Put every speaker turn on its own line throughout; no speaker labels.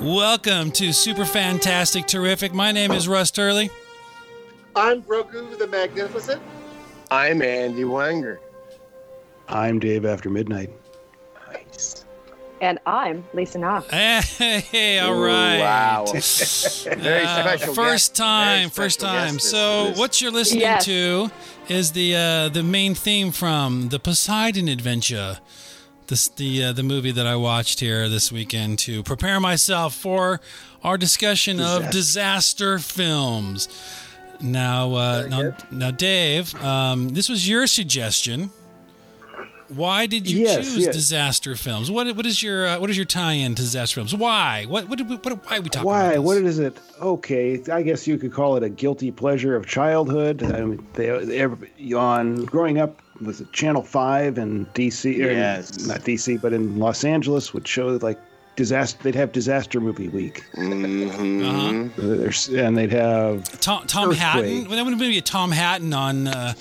Welcome to Super Fantastic Terrific. My name is Russ Turley.
I'm Grogu the Magnificent.
I'm Andy Wanger.
I'm Dave after midnight.
Nice.
And I'm Lisa Knopf.
Hey, all right.
Wow.
Uh,
Very special.
first
guest.
time,
Very
first
special
time.
guest
So,
this-
what you're listening
Yes.
to is the uh, the main theme from the Poseidon Adventure, this the uh, the movie that I watched here this weekend to prepare myself for our discussion of disaster films. Now, uh, now, now, Dave, um, this was your suggestion. Why did you
Yes,
choose
yes.
disaster films? What what is your uh, what is your tie-in to disaster films? Why? What what, did we, what why are we talking about
Why?
this?
What is it? Okay, I guess you could call it a guilty pleasure of childhood. I mean, they, every- on growing up was it Channel Five in DC? or in-
Yes.
not DC, but in Los Angeles would show like disaster. They'd have disaster movie week,
Mhm.
Uh-huh.
There's- and they'd have
Tom, Tom Hatton.
Earthquake.
Well, that would be a Tom Hatton on uh,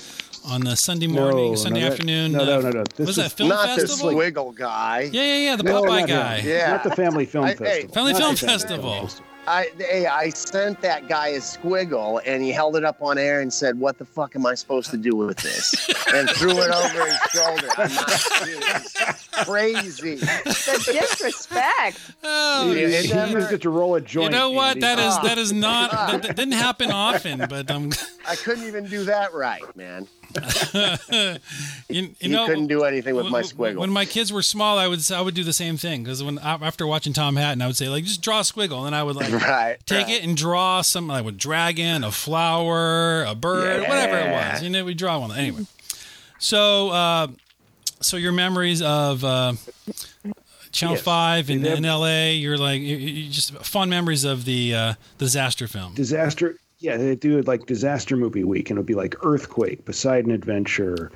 on uh, Sunday morning,
no,
Sunday
that-
afternoon.
No, no,
uh,
no, no. This
was
is
that film
Not this
festival?
wiggle guy.
yeah, yeah, yeah. The
No,
Popeye
not him.
guy.
Yeah.
Not the Family Film
I- hey,
Festival.
Family
Not
Film
the
Festival.
I, hey, I sent that guy a squiggle, and he held it up on air and said, "What the fuck am I supposed to do with this?" and threw it over his shoulder. I'm not kidding. It's Crazy.
The disrespect.
Oh,
He,
Yeah,
he
it's never-
used it to roll a joint.
you know what?
Andy.
That is
Ah.
that is not that, that didn't happen often, but um,
I couldn't even do that right, man.
you, you
He
know.
couldn't do anything with my
when- when-
squiggle.
When my kids were small, I would I would do the same thing because when after watching Tom Hatton, I would say like just draw a squiggle, and I would like
right.
take
right.
it and draw something. I would dragon, a flower, a bird, whatever it
Yeah.
was. You know, we draw one anyway. So, uh, so your memories of uh, Channel
Yes.
Five in,
They-
in L.A. You're like you, you just fond memories of the uh, disaster film.
disaster. Yeah, they do it like disaster movie week, and it'll be like earthquake, Poseidon Adventure,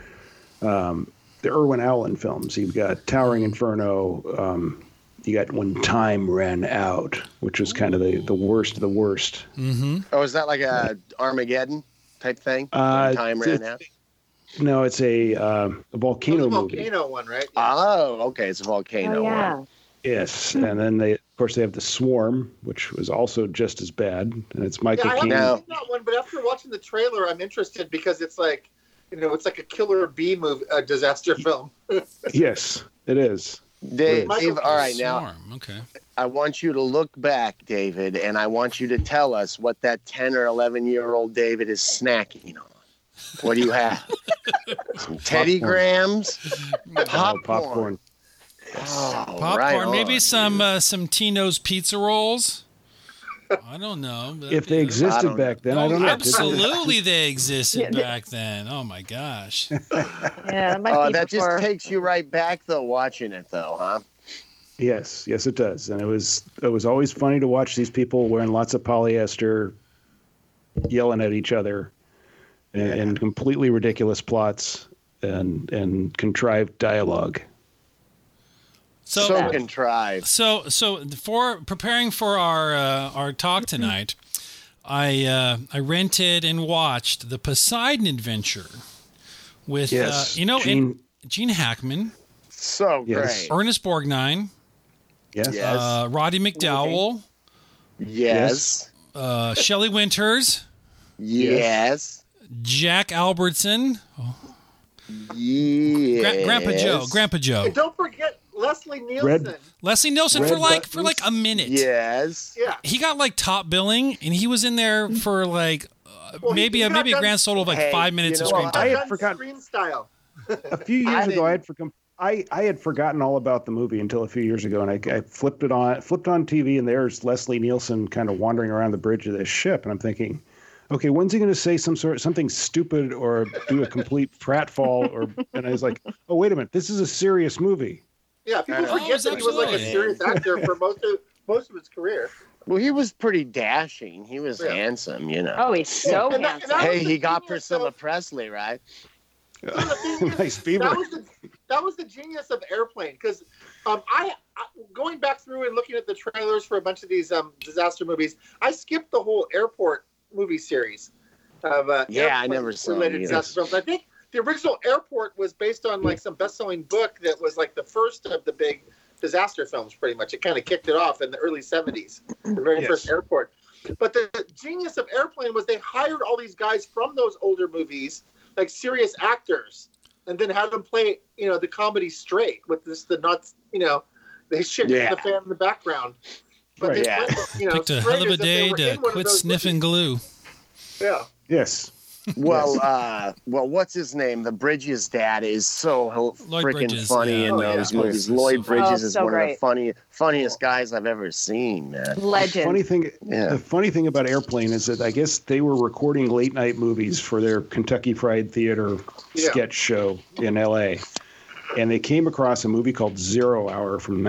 um, the Irwin Allen films. You've got Towering Inferno. Um, you got when time ran out, which was kind of the, the worst of the worst.
Mm-hmm.
Oh, is that like a Armageddon type thing?
Uh,
When time ran
it's-
out.
No, it's a, um a
It was
volcano
a
movie. Ah,
volcano one, right?
Oh, okay. It's a volcano.
Oh,
one.
yeah.
Yes, and then they of course they have the Swarm, which was also just as bad, and it's Michael
Yeah, I
Caine.
No.
haven't seen that one, but after watching the trailer, I'm interested because it's like, you know, it's like a killer bee movie, a disaster film.
Yes, it is.
Dave,
Michael
Dave, all right, now
Swarm. Okay.
I want you to look back, David, and I want you to tell us what that 10 or 11 year old David is snacking on. What do you have? Teddy
Popcorn.
Grahams?
Oh,
Popcorn.
popcorn.
Oh,
Popcorn.
right
Maybe
on.
some uh, some Tino's pizza rolls. I don't know. That'd
If
be- Oh,
they
I
existed
don't know.
back then, I don't know. Did they?
Absolutely, they existed
Yeah.
back then. Oh my gosh.
Yeah, that might
Oh,
be
that
before.
just takes you right back, though, watching it, though, huh?
Yes, yes, it does, and it was it was always funny to watch these people wearing lots of polyester, yelling at each other, and, and completely ridiculous plots and and contrived dialogue.
So, contrived.
So, so for preparing for our uh, our talk tonight, I uh, I rented and watched the Poseidon Adventure with
Yes,
uh, you know
Gene-
and Gene Hackman,
So
Yes.
great.
Ernest Borgnine,
Yes,
Yeah. Yes.
uh, Roddy McDowell,
Yes.
uh, Shelley Winters,
Yes.
Jack Albertson,
Yes.
Gra- Grandpa Joe, Grandpa Joe,
And don't forget Leslie Nielsen.
Red-
Leslie Nielsen
Red
for like for
Buttons.
like a minute.
Yes.
Yeah.
he got like top billing, and he was in there for like. uh
Well, he-
maybe
he
a,
got
maybe a
done-
grand total of like
Hey,
five minutes
you
of
know,
screen
I-
time.
I had
Done
forgotten-
Screen style.
a few
I
years ago,
didn't-
I had forgotten. I, I had forgotten all about the movie until a few years ago, and I, I flipped it on flipped on TV, and there's Leslie Nielsen kind of wandering around the bridge of this ship, and I'm thinking, okay, when's he going to say some sort something stupid or do a complete pratfall? Or and I was like, oh wait a minute, this is a serious movie.
Yeah, people
Oh,
forget that he was like a
absolutely.
serious actor for most of most of his career.
Well, he was pretty dashing. He was
Yeah.
handsome, you know.
Oh, he's so
And that-
handsome.
and that-
Hey,
was
he
the
got
genius
Priscilla
of-
Presley, right?
So the thing is,
nice beaver.
that was the that was the genius of airplane because um, I, I going back through and looking at the trailers for a bunch of these um, disaster movies i skipped the whole airport movie series of uh,
Yeah, I
airplane
never saw
related
them either.
disaster films i think the original airport was based on like some best-selling book that was like the first of the big disaster films, pretty much. It kind of kicked it off in the early 70s, the very
Yes.
first airport. But the genius of Airplane was they hired all these guys from those older movies, like serious actors, and then had them play, you know, the comedy straight with this, the nuts, you know, they shit
Yeah.
the fan in the background. But
Right.
they
Yeah.
played, you know,
Picked a hell of
straight
a
as if they
day
were
to
in one of
quit
those
sniffing glue.
movies. Yeah.
Yes.
Well, uh, well, what's his name? The Bridges dad is so
Lloyd
freaking
Bridges,
funny
yeah.
in
Oh, yeah.
those
Yeah.
movies.
Oh,
Lloyd
so
Bridges
funny.
is
Oh, so
one of the
great.
funny, funniest guys I've ever seen, man.
Legend.
Funny thing,
Yeah.
the funny thing about Airplane is that I guess they were recording late night movies for their Kentucky Fried Theater
Yeah.
sketch show in L.A. And they came across a movie called Zero Hour from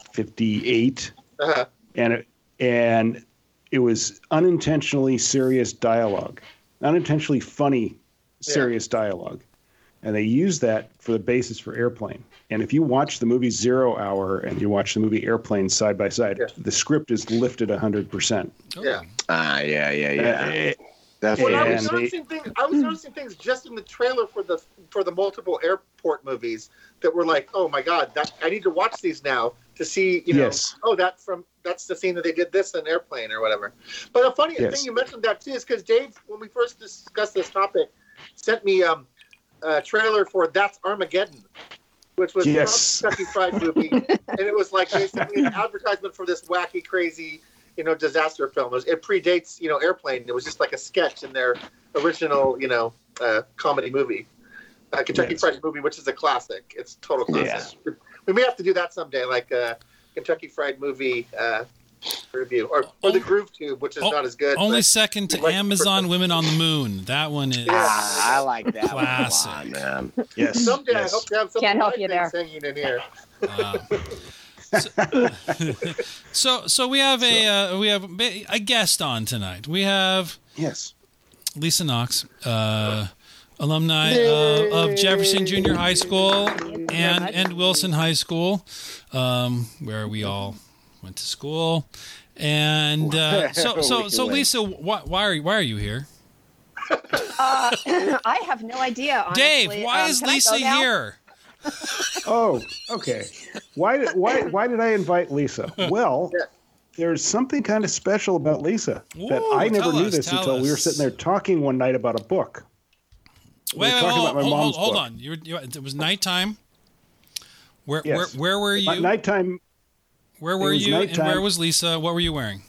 1958,
Uh-huh.
and it, and it was unintentionally serious dialogue, unintentionally funny serious dialogue, and they used that for the basis for Airplane. And if you watch the movie Zero Hour and you watch the movie Airplane side by side,
Yeah.
the script is lifted 100 percent.
Yeah.
Ah, yeah, yeah, yeah. That's
Well,
Yeah,
I
what
was
and they-
noticing things. I was noticing things just in the trailer for the for the multiple airport movies that were like, oh my god, that I need to watch these now to see, you know,
Yes.
oh that from that's the scene that they did this in airplane or whatever. But a funny
Yes.
thing you mentioned that too is because Dave, when we first discussed this topic, sent me um, a trailer for That's Armageddon, which was
Yes.
from Kentucky Fried movie, and it was like basically an advertisement for this wacky, crazy, you know, disaster film. It, was, it predates, you know, Airplane. It was just like a sketch in their original, you know, uh, comedy movie, uh, Kentucky
Yes.
Fried movie, which is a classic. It's a total classic. We may have to do that someday, like uh, Kentucky Fried movie. Uh, Review or, or the Groove Tube, which is
Oh,
not as good.
Only
but-
second to
Like-
Amazon Women on the Moon. That one is.
Yeah.
Ah, I like that one a lot,
Classic.
man.
Yes.
Someday I
yes.
hope to have some
Can't help
live
you
things
there.
hanging in here.
Wow. So, uh, so, so we have a uh, we have a guest on tonight. We have
Yes.
Lisa Knox, uh, alumni of, of Jefferson Junior High School and
much.
and Wilson High School, um, where we all went to school. And uh, so, so, so,
We went.
Lisa, why, why are you, why are you here?
Uh, I have no idea. Honestly.
Dave, why
Um,
is
can I go
Lisa
now?
here?
Oh, okay. Why did why why did I invite Lisa? Well,
Yeah.
there's something kind of special about Lisa that
Ooh,
I never
tell
knew
us,
this
tell
until we were
us.
sitting there talking one night about a book.
Wait, wait,
talking
hold,
about my
hold, hold,
mom's
hold
book.
on. You were, you, it was nighttime. Where,
Yes.
where, where were you?
At nighttime,
where were
it was
you? And where
nighttime.
was Lisa? What were you wearing?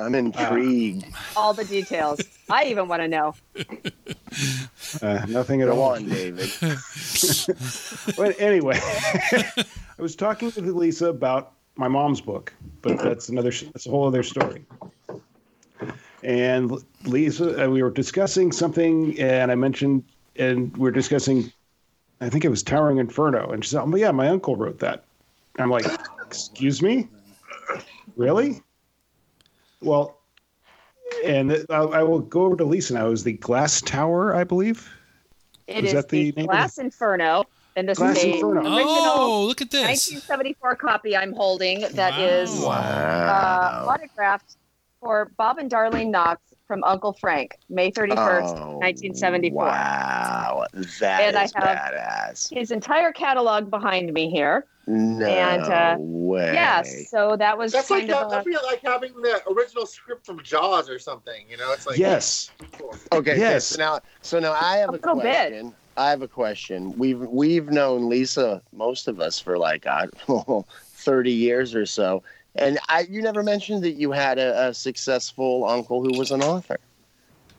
I'm
Uh,
intrigued.
All the details. I even want to know.
uh, nothing at
Go
all.
on, David.
But anyway, I was talking with Lisa about my mom's book, but that's another that's a whole other story. And Lisa, uh, we were discussing something, and I mentioned, and we were discussing, I think it was Towering Inferno, and she said, "Oh yeah, my uncle wrote that." I'm like, "Excuse me, really?" Well, and I, I will go over to Lisa now. It was the Glass Tower, I believe.
It
Is
is,
that the
the,
name of the-
Glass Inferno in the
Glass
same
Inferno.
original
Oh, look at this.
1974 copy I'm holding that is
Wow.
uh,
Wow.
autographed for Bob and Darlene Knox from Uncle Frank, May 31st,
Oh.
1974.
Wow, that
And I
is badass.
His entire catalog behind me here.
No
and, uh,
way.
Yes, so that was
That's like
kind
that,
of
that'd
a,
be like having the original script from Jaws or something. You know, it's like
Yes.
cool.
Okay. okay,
Yes.
so now, so now I have a,
A little bit.
question. I have a question. We've we've known Lisa, most of us, for like I don't know, thirty years or so, and I you never mentioned that you had a, a successful uncle who was an author.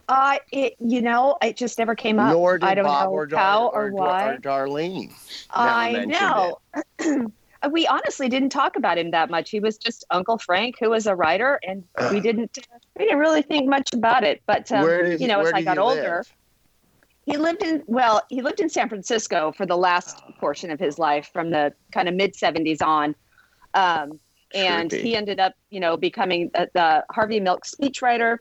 uh, it, you know, it just never came up.
Nor did
I don't
Bob
know
or, Dar-
how
or,
or
Dar-
why.
or Darlene. never
I
mentioned
know. we honestly didn't talk about him that much. He was just Uncle Frank, who was a writer, and we didn't we didn't really think much about it. But um,
Where did-
you know,
where
as I
did
got
he live?
older, he lived in well, he lived in San Francisco for the last
Ah.
portion of his life, from the kind of mid '70s on. Um, and
Trippy.
he ended up, you know, becoming the, the Harvey Milk speechwriter.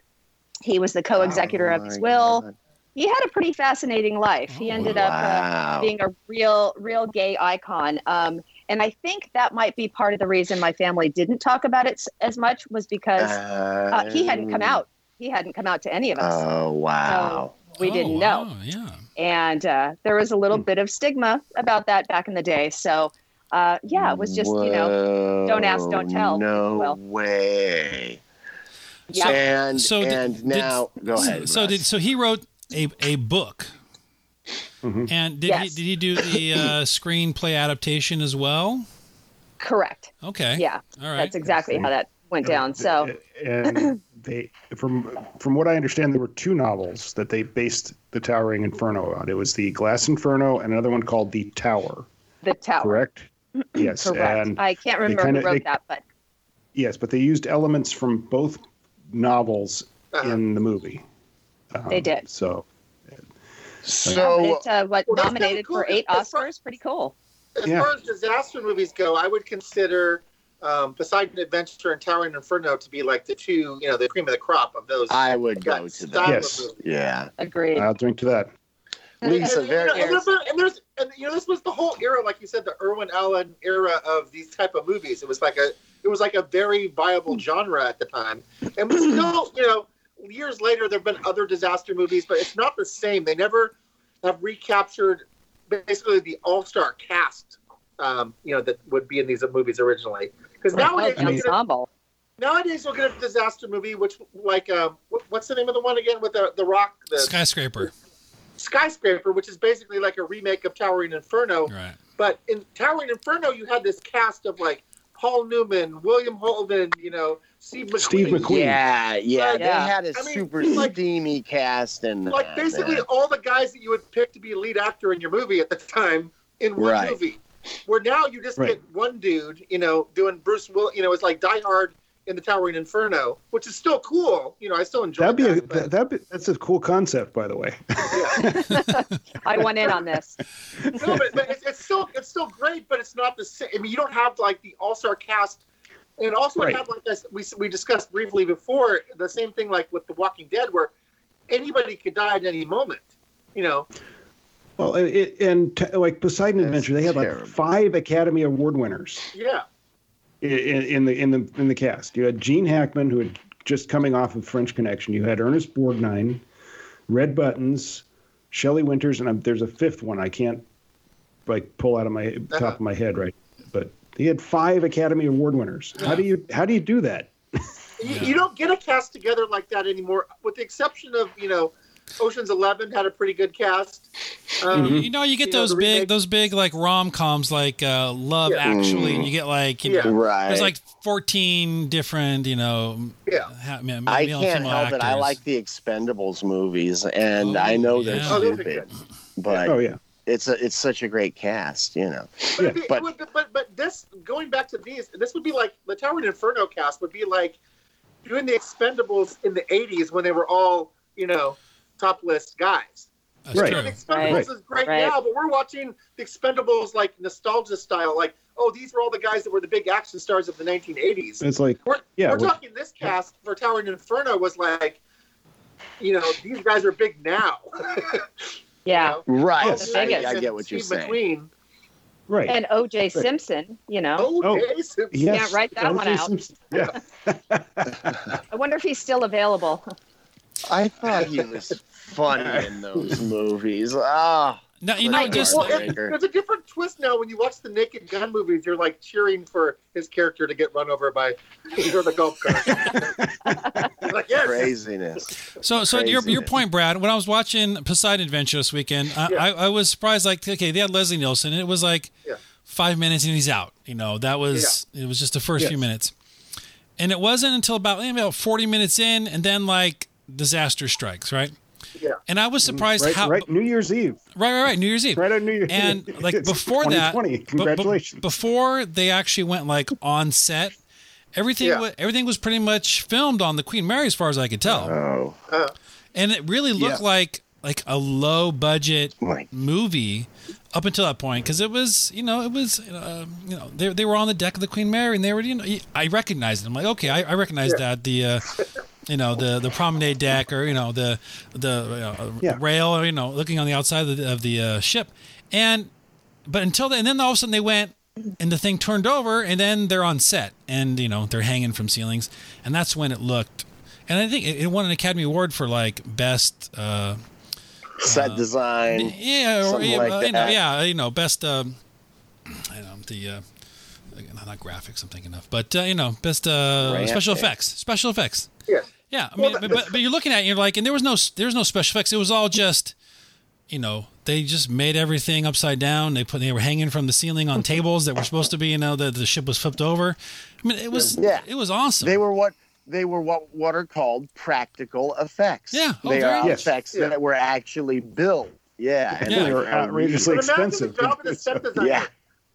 He was the co-executor of
Oh
his
my
will.
God.
He had a pretty fascinating life. He
Oh,
ended up. Uh,
wow.
being a real real gay icon um, and i think that might be part of the reason my family didn't talk about it s- as much was because uh, he hadn't come
Um,
out he hadn't come out to any of us
Oh wow.
we
Oh,
didn't know
wow, Yeah.
and uh, there was a little
Hmm.
bit of stigma about that back in the day so Uh, yeah, it was just you know,
Whoa,
don't ask, don't tell.
No
Well.
way.
yeah,
and
so did-
and
did-
now go ahead.
so
Russ.
did so he wrote a a book.
Mm-hmm.
Mhm.
And did
Yes.
he, did he do the uh, screenplay adaptation as well?
correct.
Okay.
Yeah,
All right.
that's exactly how that went down. So
and they from from what I understand, there were two novels that they based the Towering Inferno on. It was the Glass Inferno and another one called The Tower.
the tower, correct.
Correct. yes, and
I can't remember
kinda-
who wrote
they-
that, but
yes, but they used elements from both novels
Uh-huh.
in the movie. Um,
They did.
So
yeah,
so
it uh, what
Well, that's kinda
nominated
cool.
for eight
That's fun.
Oscars. Pretty cool.
As
Yeah.
far as disaster movies go, I would consider um, Poseidon Adventure and Towering Inferno to be like the two, you know, the cream of the crop of those.
I would go
Yes.
to that.
Yes.
Yeah,
Agreed.
I'll drink to that.
Lisa,
and, you know,
very.
and remember- and there's, and you know, this was the whole era, like you said, the Irwin Allen era of these type of movies. It was like a, it was like a very viable genre at the time, and we still, you know, years later there've been other disaster movies, but it's not the same. They never have recaptured basically the all-star cast, um, you know, that would be in these movies originally. Because nowadays,
oh, the
I mean-
ensemble.
nowadays we'll get a disaster movie, which like, um, wh- what's the name of the one again with the the Rock, the
Skyscraper.
skyscraper, which is basically like a remake of Towering Inferno.
Right.
But in Towering Inferno, you had this cast of like Paul Newman, William Holden, you know, Steve McQueen.
Steve McQueen.
Yeah, yeah,
Right,
They
Oh, yeah.
had a
I mean,
super
like-
steamy cast and uh,
Like basically all the guys that you would pick to be lead actor in your movie at the time in one
Right.
movie. Where now you just
Right.
get one dude, you know, doing Bruce Will, you know, it's like Die Hard in the Towering Inferno, which is still cool. You know, I still enjoy
That'd be a,
that, but-
that, that'd be, that's a cool concept, by the way.
I went in on this.
no, but, but it's, it's still it's still great, but it's not the same. I mean, you don't have like the all star cast, and also
Right.
it had like this, we we discussed briefly before the same thing like with The Walking Dead, where anybody could die at any moment. You know,
Well, it- it, and t- like Poseidon
That's
Adventure, they had like
terrible.
five Academy Award winners.
yeah,
in, in the in the in the cast. You had Gene Hackman, who had just coming off of French Connection. You had Ernest Borgnine, Red Buttons, Shelley Winters, and i there's a fifth one I can't like pull out of my top of my head right. But he had five Academy Award winners. How do you how do you do that?
You,
Yeah.
you don't get a cast together like that anymore, with the exception of you know, Ocean's Eleven had a pretty good cast. Um,
Mhm.
You know, you get
You know,
those
the
big,
remake-
those big like rom coms, like uh, Love
Yeah. Mm.
Actually, and you get like, you
Yeah.
know,
right.
there's like 14 different, you know,
Yeah.
ha- ma- ma-
I
male
can't
female
help it. I
actors.
like the Expendables movies, and
Oh,
I
yeah.
know
Oh,
they're
those are
stupid,
good.
but
Oh yeah,
it's a, it's such a great cast, you know.
But, it'd
Yeah,
be-
but-
it would, but but this going back to these, this would be like the Tower and Inferno cast would be like doing the Expendables in the '80s when they were all you know topless guys.
That's
Right.
You know,
true.
the Expendables
Right.
is great
Right.
now, but we're watching the Expendables like nostalgia style. Like, oh, these were all the guys that were the big action stars of the 1980s.
it's like
We're,
yeah,
we're
we're-
talking this cast for Tower and Inferno was like, you know, these guys are big now.
Yeah.
Right.
Paul
Yes.
I,
Newman
I
and
get what you're
Steve
saying.
McQueen.
right.
And O.J. Simpson, you know,
Oh,
Oh.
Jason.
Yes.
can't write that
O.J.
one out.
Simpson. Yeah.
I wonder if he's still available.
I thought he was funny in those movies. Ah,
Now, you
Like
know,
the
just
Well,
Darth
it,
Vader.
there's a different twist now when you watch the Naked Gun movies. You're like cheering for his character to get run over by you know, the golf cart. You're like yes,
craziness.
So, so your, your
Craziness.
point, Brad, when I was watching Poseidon Adventure this weekend, I,
Yeah.
I, I was surprised, like, okay, they had Leslie Nielsen. And it was like
Yeah.
five minutes and he's out. You know, that was, it was just the first few
Yes.
minutes. And it wasn't until about, maybe about 40 minutes in, and then like disaster strikes, right?
Yeah.
And I was surprised
Mm-hmm. Right,
how,
right. New Year's Eve.
right, right, right, New Year's Eve.
Right on New Year's Eve.
And like
It's
before that,
2020.
b- b-
Congratulations.
before they actually went like on set, everything
Yeah.
wa- everything was pretty much filmed on the Queen Mary, as far as I could tell,
Oh
uh,
and it really looked
Yeah.
like like a low budget
my!
movie up until that point because it was you know it was uh, you know they, they were on the deck of the Queen Mary and they were you know I recognized it. I'm like okay I, I recognize that the uh, you know the the promenade deck or you know the the uh,
Yeah.
rail or you know looking on the outside of the, of the uh, ship and but until then and then all of a sudden they went and the thing turned over and then they're on set and you know they're hanging from ceilings and that's when it looked and I think it, it won an Academy Award for like best. Uh,
Set design.
yeah, or,
Something
yeah,
like
uh, you know,
that.
yeah, you know, best. Um, I don't know, the uh, not- not graphics I'm thinking of, but uh, you know, best uh,
Graphics.
special effects, special effects.
Yes.
Yeah, I
Well,
mean,
the-
but, but, but you're looking at it, you're like, and there was no there was no special effects. It was all just, you know, they just made everything upside down. They put they were hanging from the ceiling on tables that were supposed to be, you know, the the ship was flipped over. I mean, it was
Yeah.
it was awesome.
They were what they were what what are called practical effects.
Yeah. Oh,
they
very
are
nice.
effects
Yeah.
that were actually built. Yeah, and
Yeah.
They were outrageously
But imagine
expensive.
the job of the set designer.
Yeah.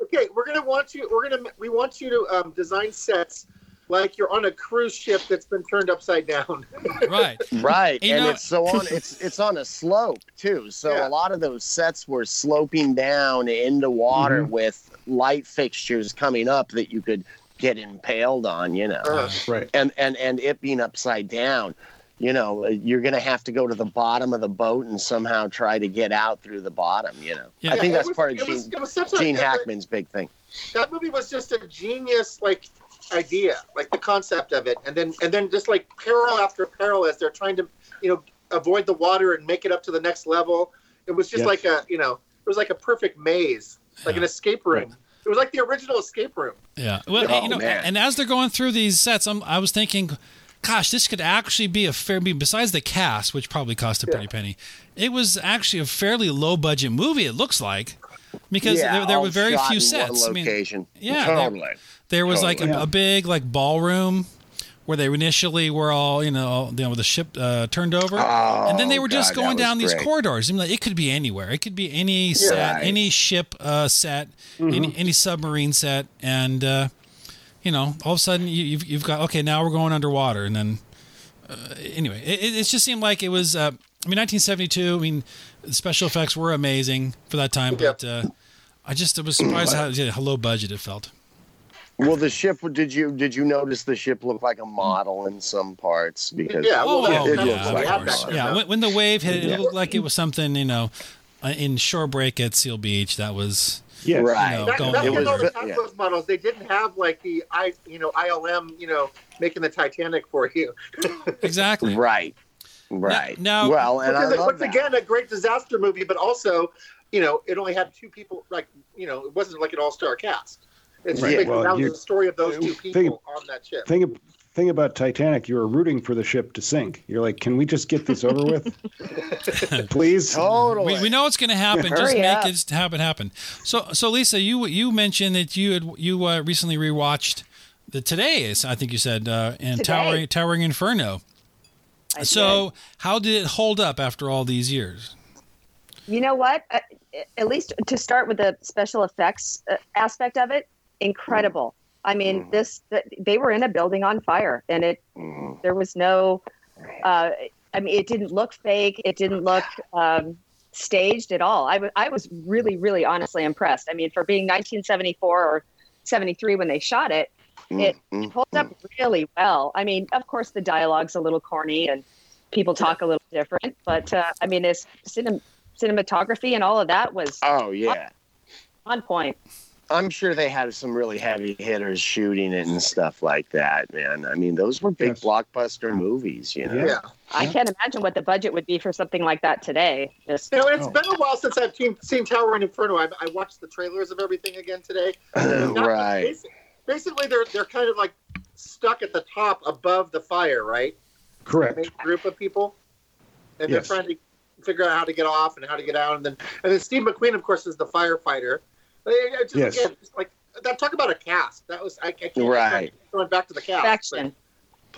Okay, we're gonna want you. We're gonna we want you to um, design sets like you're on a cruise ship that's been turned upside down.
right.
Right,
You
and
know-
it's so on. It's it's on a slope too, so
Yeah.
a lot of those sets were sloping down into water
Mm-hmm.
with light fixtures coming up that you could get impaled on, you know,
Uh,
Right.
and and and it being upside down, you know, you're gonna have to go to the bottom of the boat and somehow try to get out through the bottom, you know.
Yeah.
I think
it
that's
was-
part of
it was-
Gene,
it was such a-
Gene
it-
Hackman's big thing.
That movie was just a genius like idea, like the concept of it, and then and then just like peril after peril as they're trying to you know avoid the water and make it up to the next level. It was just
Yes.
like a you know it was like a perfect maze, like an
Yeah.
escape room. It was like the original escape room.
Yeah. Well, eh,
Oh,
you know,
man.
and as they're going through these sets, I'm, I was thinking, gosh, this could actually be a fair. I mean, besides the cast, which probably cost a pretty penny, it was actually a fairly low budget movie. It looks like because there, there
all
were very
shot
few
in one
sets. I mean,
location. Oh,
yeah, they-
totally.
there was like
Totally.
a, a big like ballroom where they initially were all you know, all, you know with the ship uh, turned over, and then they
Oh,
were just
God, that
going
was
down these
great.
corridors. I mean, like, it could be anywhere. It could be any set,
Right. Mm-hmm.
any ship uh, set, any any submarine set, and uh, you know, all of a sudden you, you've you've got okay, now we're going underwater, and then uh, anyway, it, it, it just seemed like it was. Uh, I mean, 1972. I mean, the special effects were amazing for that time,
Yeah.
but uh, I just was surprised how, yeah, how low budget it felt.
Well, the ship. Did you did you notice the ship looked like a model in some parts? Because
Yeah, well,
Oh,
that-
oh,
it
yeah,
looks
of
like a
that
course.
back
model.
then.
Yeah, when, when the wave hit, it
Yeah.
looked like it was something, you know, uh, in shore break at Seal Beach. That was,
Yes.
right.
No.
Back,
Don't-
back
it
in
was-
all the time
yeah.
those models, they didn't have like the I, you know, ILM, you know, making the Titanic for you.
exactly.
Right. Right.
now-
well, and I
Which is,
love
once
that.
again, a great disaster movie, but also, you know, it only had two people. Like, you know, it wasn't like an all-star cast. It's
Right.
just like,
Well,
that was
you-
the story of those two
think-
people on that ship.
Thing thing about Titanic, you were rooting for the ship to sink. You're like, can we just get this over with, please?
Totally.
We, we know it's going to happen. Just
Hurry
make
up.
it s- have it happen. So, so Lisa, you you mentioned that you had you uh, recently rewatched the Today is I think you said uh, and
Today.
Towering Towering Inferno.
I
so, how did it hold up after all these years?
You know what? Uh, at least to start with the special effects uh, aspect of it, incredible. I
Mm-hmm.
mean, this th- they were in a building on fire, and it
Mm.
there was no. Uh, I mean, it didn't look fake. It didn't look um, staged at all. I wa- I was really, really, honestly impressed. I mean, for being 1974 or 73 when they shot it, It-
Mm.
holds up really well. I mean, of course, the dialogue's a little corny and people talk a little different, but uh, I mean, this cinem- cinematography and all of that was
Oh yeah.
on point.
I'm sure they had some really heavy hitters shooting it and stuff like that, man. I mean, those were big
Yes.
blockbuster movies, you know.
Yeah.
Yeah.
I can't imagine what the budget would be for something like that today. Just
You know, it's
Oh.
been a while since I've seen, seen Tower and Inferno. I, I watched the trailers of everything again today. Not-
Uh, right.
basi- Basically, they're they're kind of like stuck at the top above the fire, right? A
Correct.
big group of people, and
Yes.
they're trying to figure out how to get off and how to get out, and then and then Steve McQueen, of course, is the firefighter. I- I just-
Yes.
again, just like that, talk about a cast. That was I, I can't
Right.
going back to the cast.
action.
but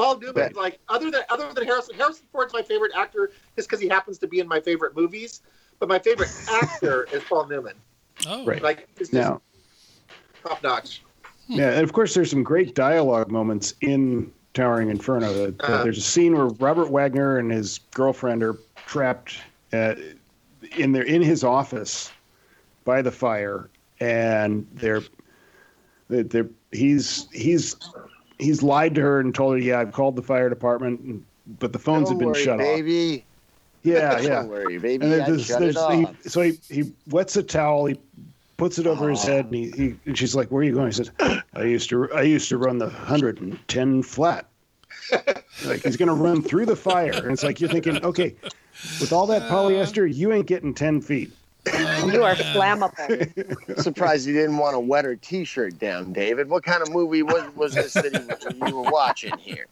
Paul Newman,
Right.
like other than other than Harrison, Harrison Ford's my favorite actor just because he happens to be in my favorite movies. But my favorite actor is Paul Newman.
Oh,
Right.
Like it's just
Now,
top notch.
yeah, and of course, there's some great dialogue moments in Towering Inferno. Uh,
Uh-huh.
There's a scene where Robert Wagner and his girlfriend are trapped uh in their in his office by the fire, and they're they're, they're he's he's he's lied to her and told her, yeah, I've called the fire department, and, but the phones
Don't
have been
worry,
shut off.
baby.
Yeah, yeah.
Don't worry, baby.
And
I
there's, this-
shut
there's
it off.
he, so he, he wets a towel, he puts it over his
Oh.
Aw.
head, and he, he and she's like, "Where are you going?" He says, "I used to I used to run the hundred and ten flat." like he's gonna run
Uh.
through the fire, and it's like you're thinking, okay, with all that polyester, you ain't getting ten feet.
you are flammable.
Surprised you didn't want to wet her T-shirt down, David. What kind of movie was, was this that he, you were watching here?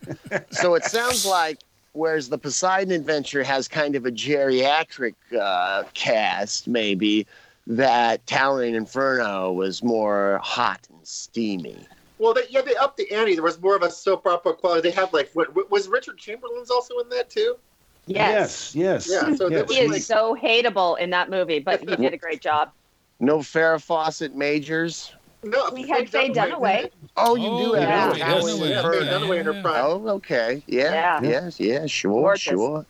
So it sounds like whereas the Poseidon Adventure has kind of a geriatric uh, cast, maybe that Towering Inferno was more hot and steamy.
Well, they, yeah, they upped the ante. There was more of a soap opera quality. They had like, what, was Richard Chamberlain's also in that too?
Yes.
Yes, yes.
Yeah, so that
He
was
is so hateable in that movie, but he did a great job.
No Farrah Fawcett majors.
no,
We had Faye Dunaway.
Oh, you
Oh,
do
yeah,
have
yeah, Dunaway,
Towering
Yeah,
okay.
Faye
Inferno.
Dunaway in her
Yeah.
prime.
Oh, okay. Yeah.
Yeah.
Yes. Yeah. Sure.
Gorgeous.
Sure.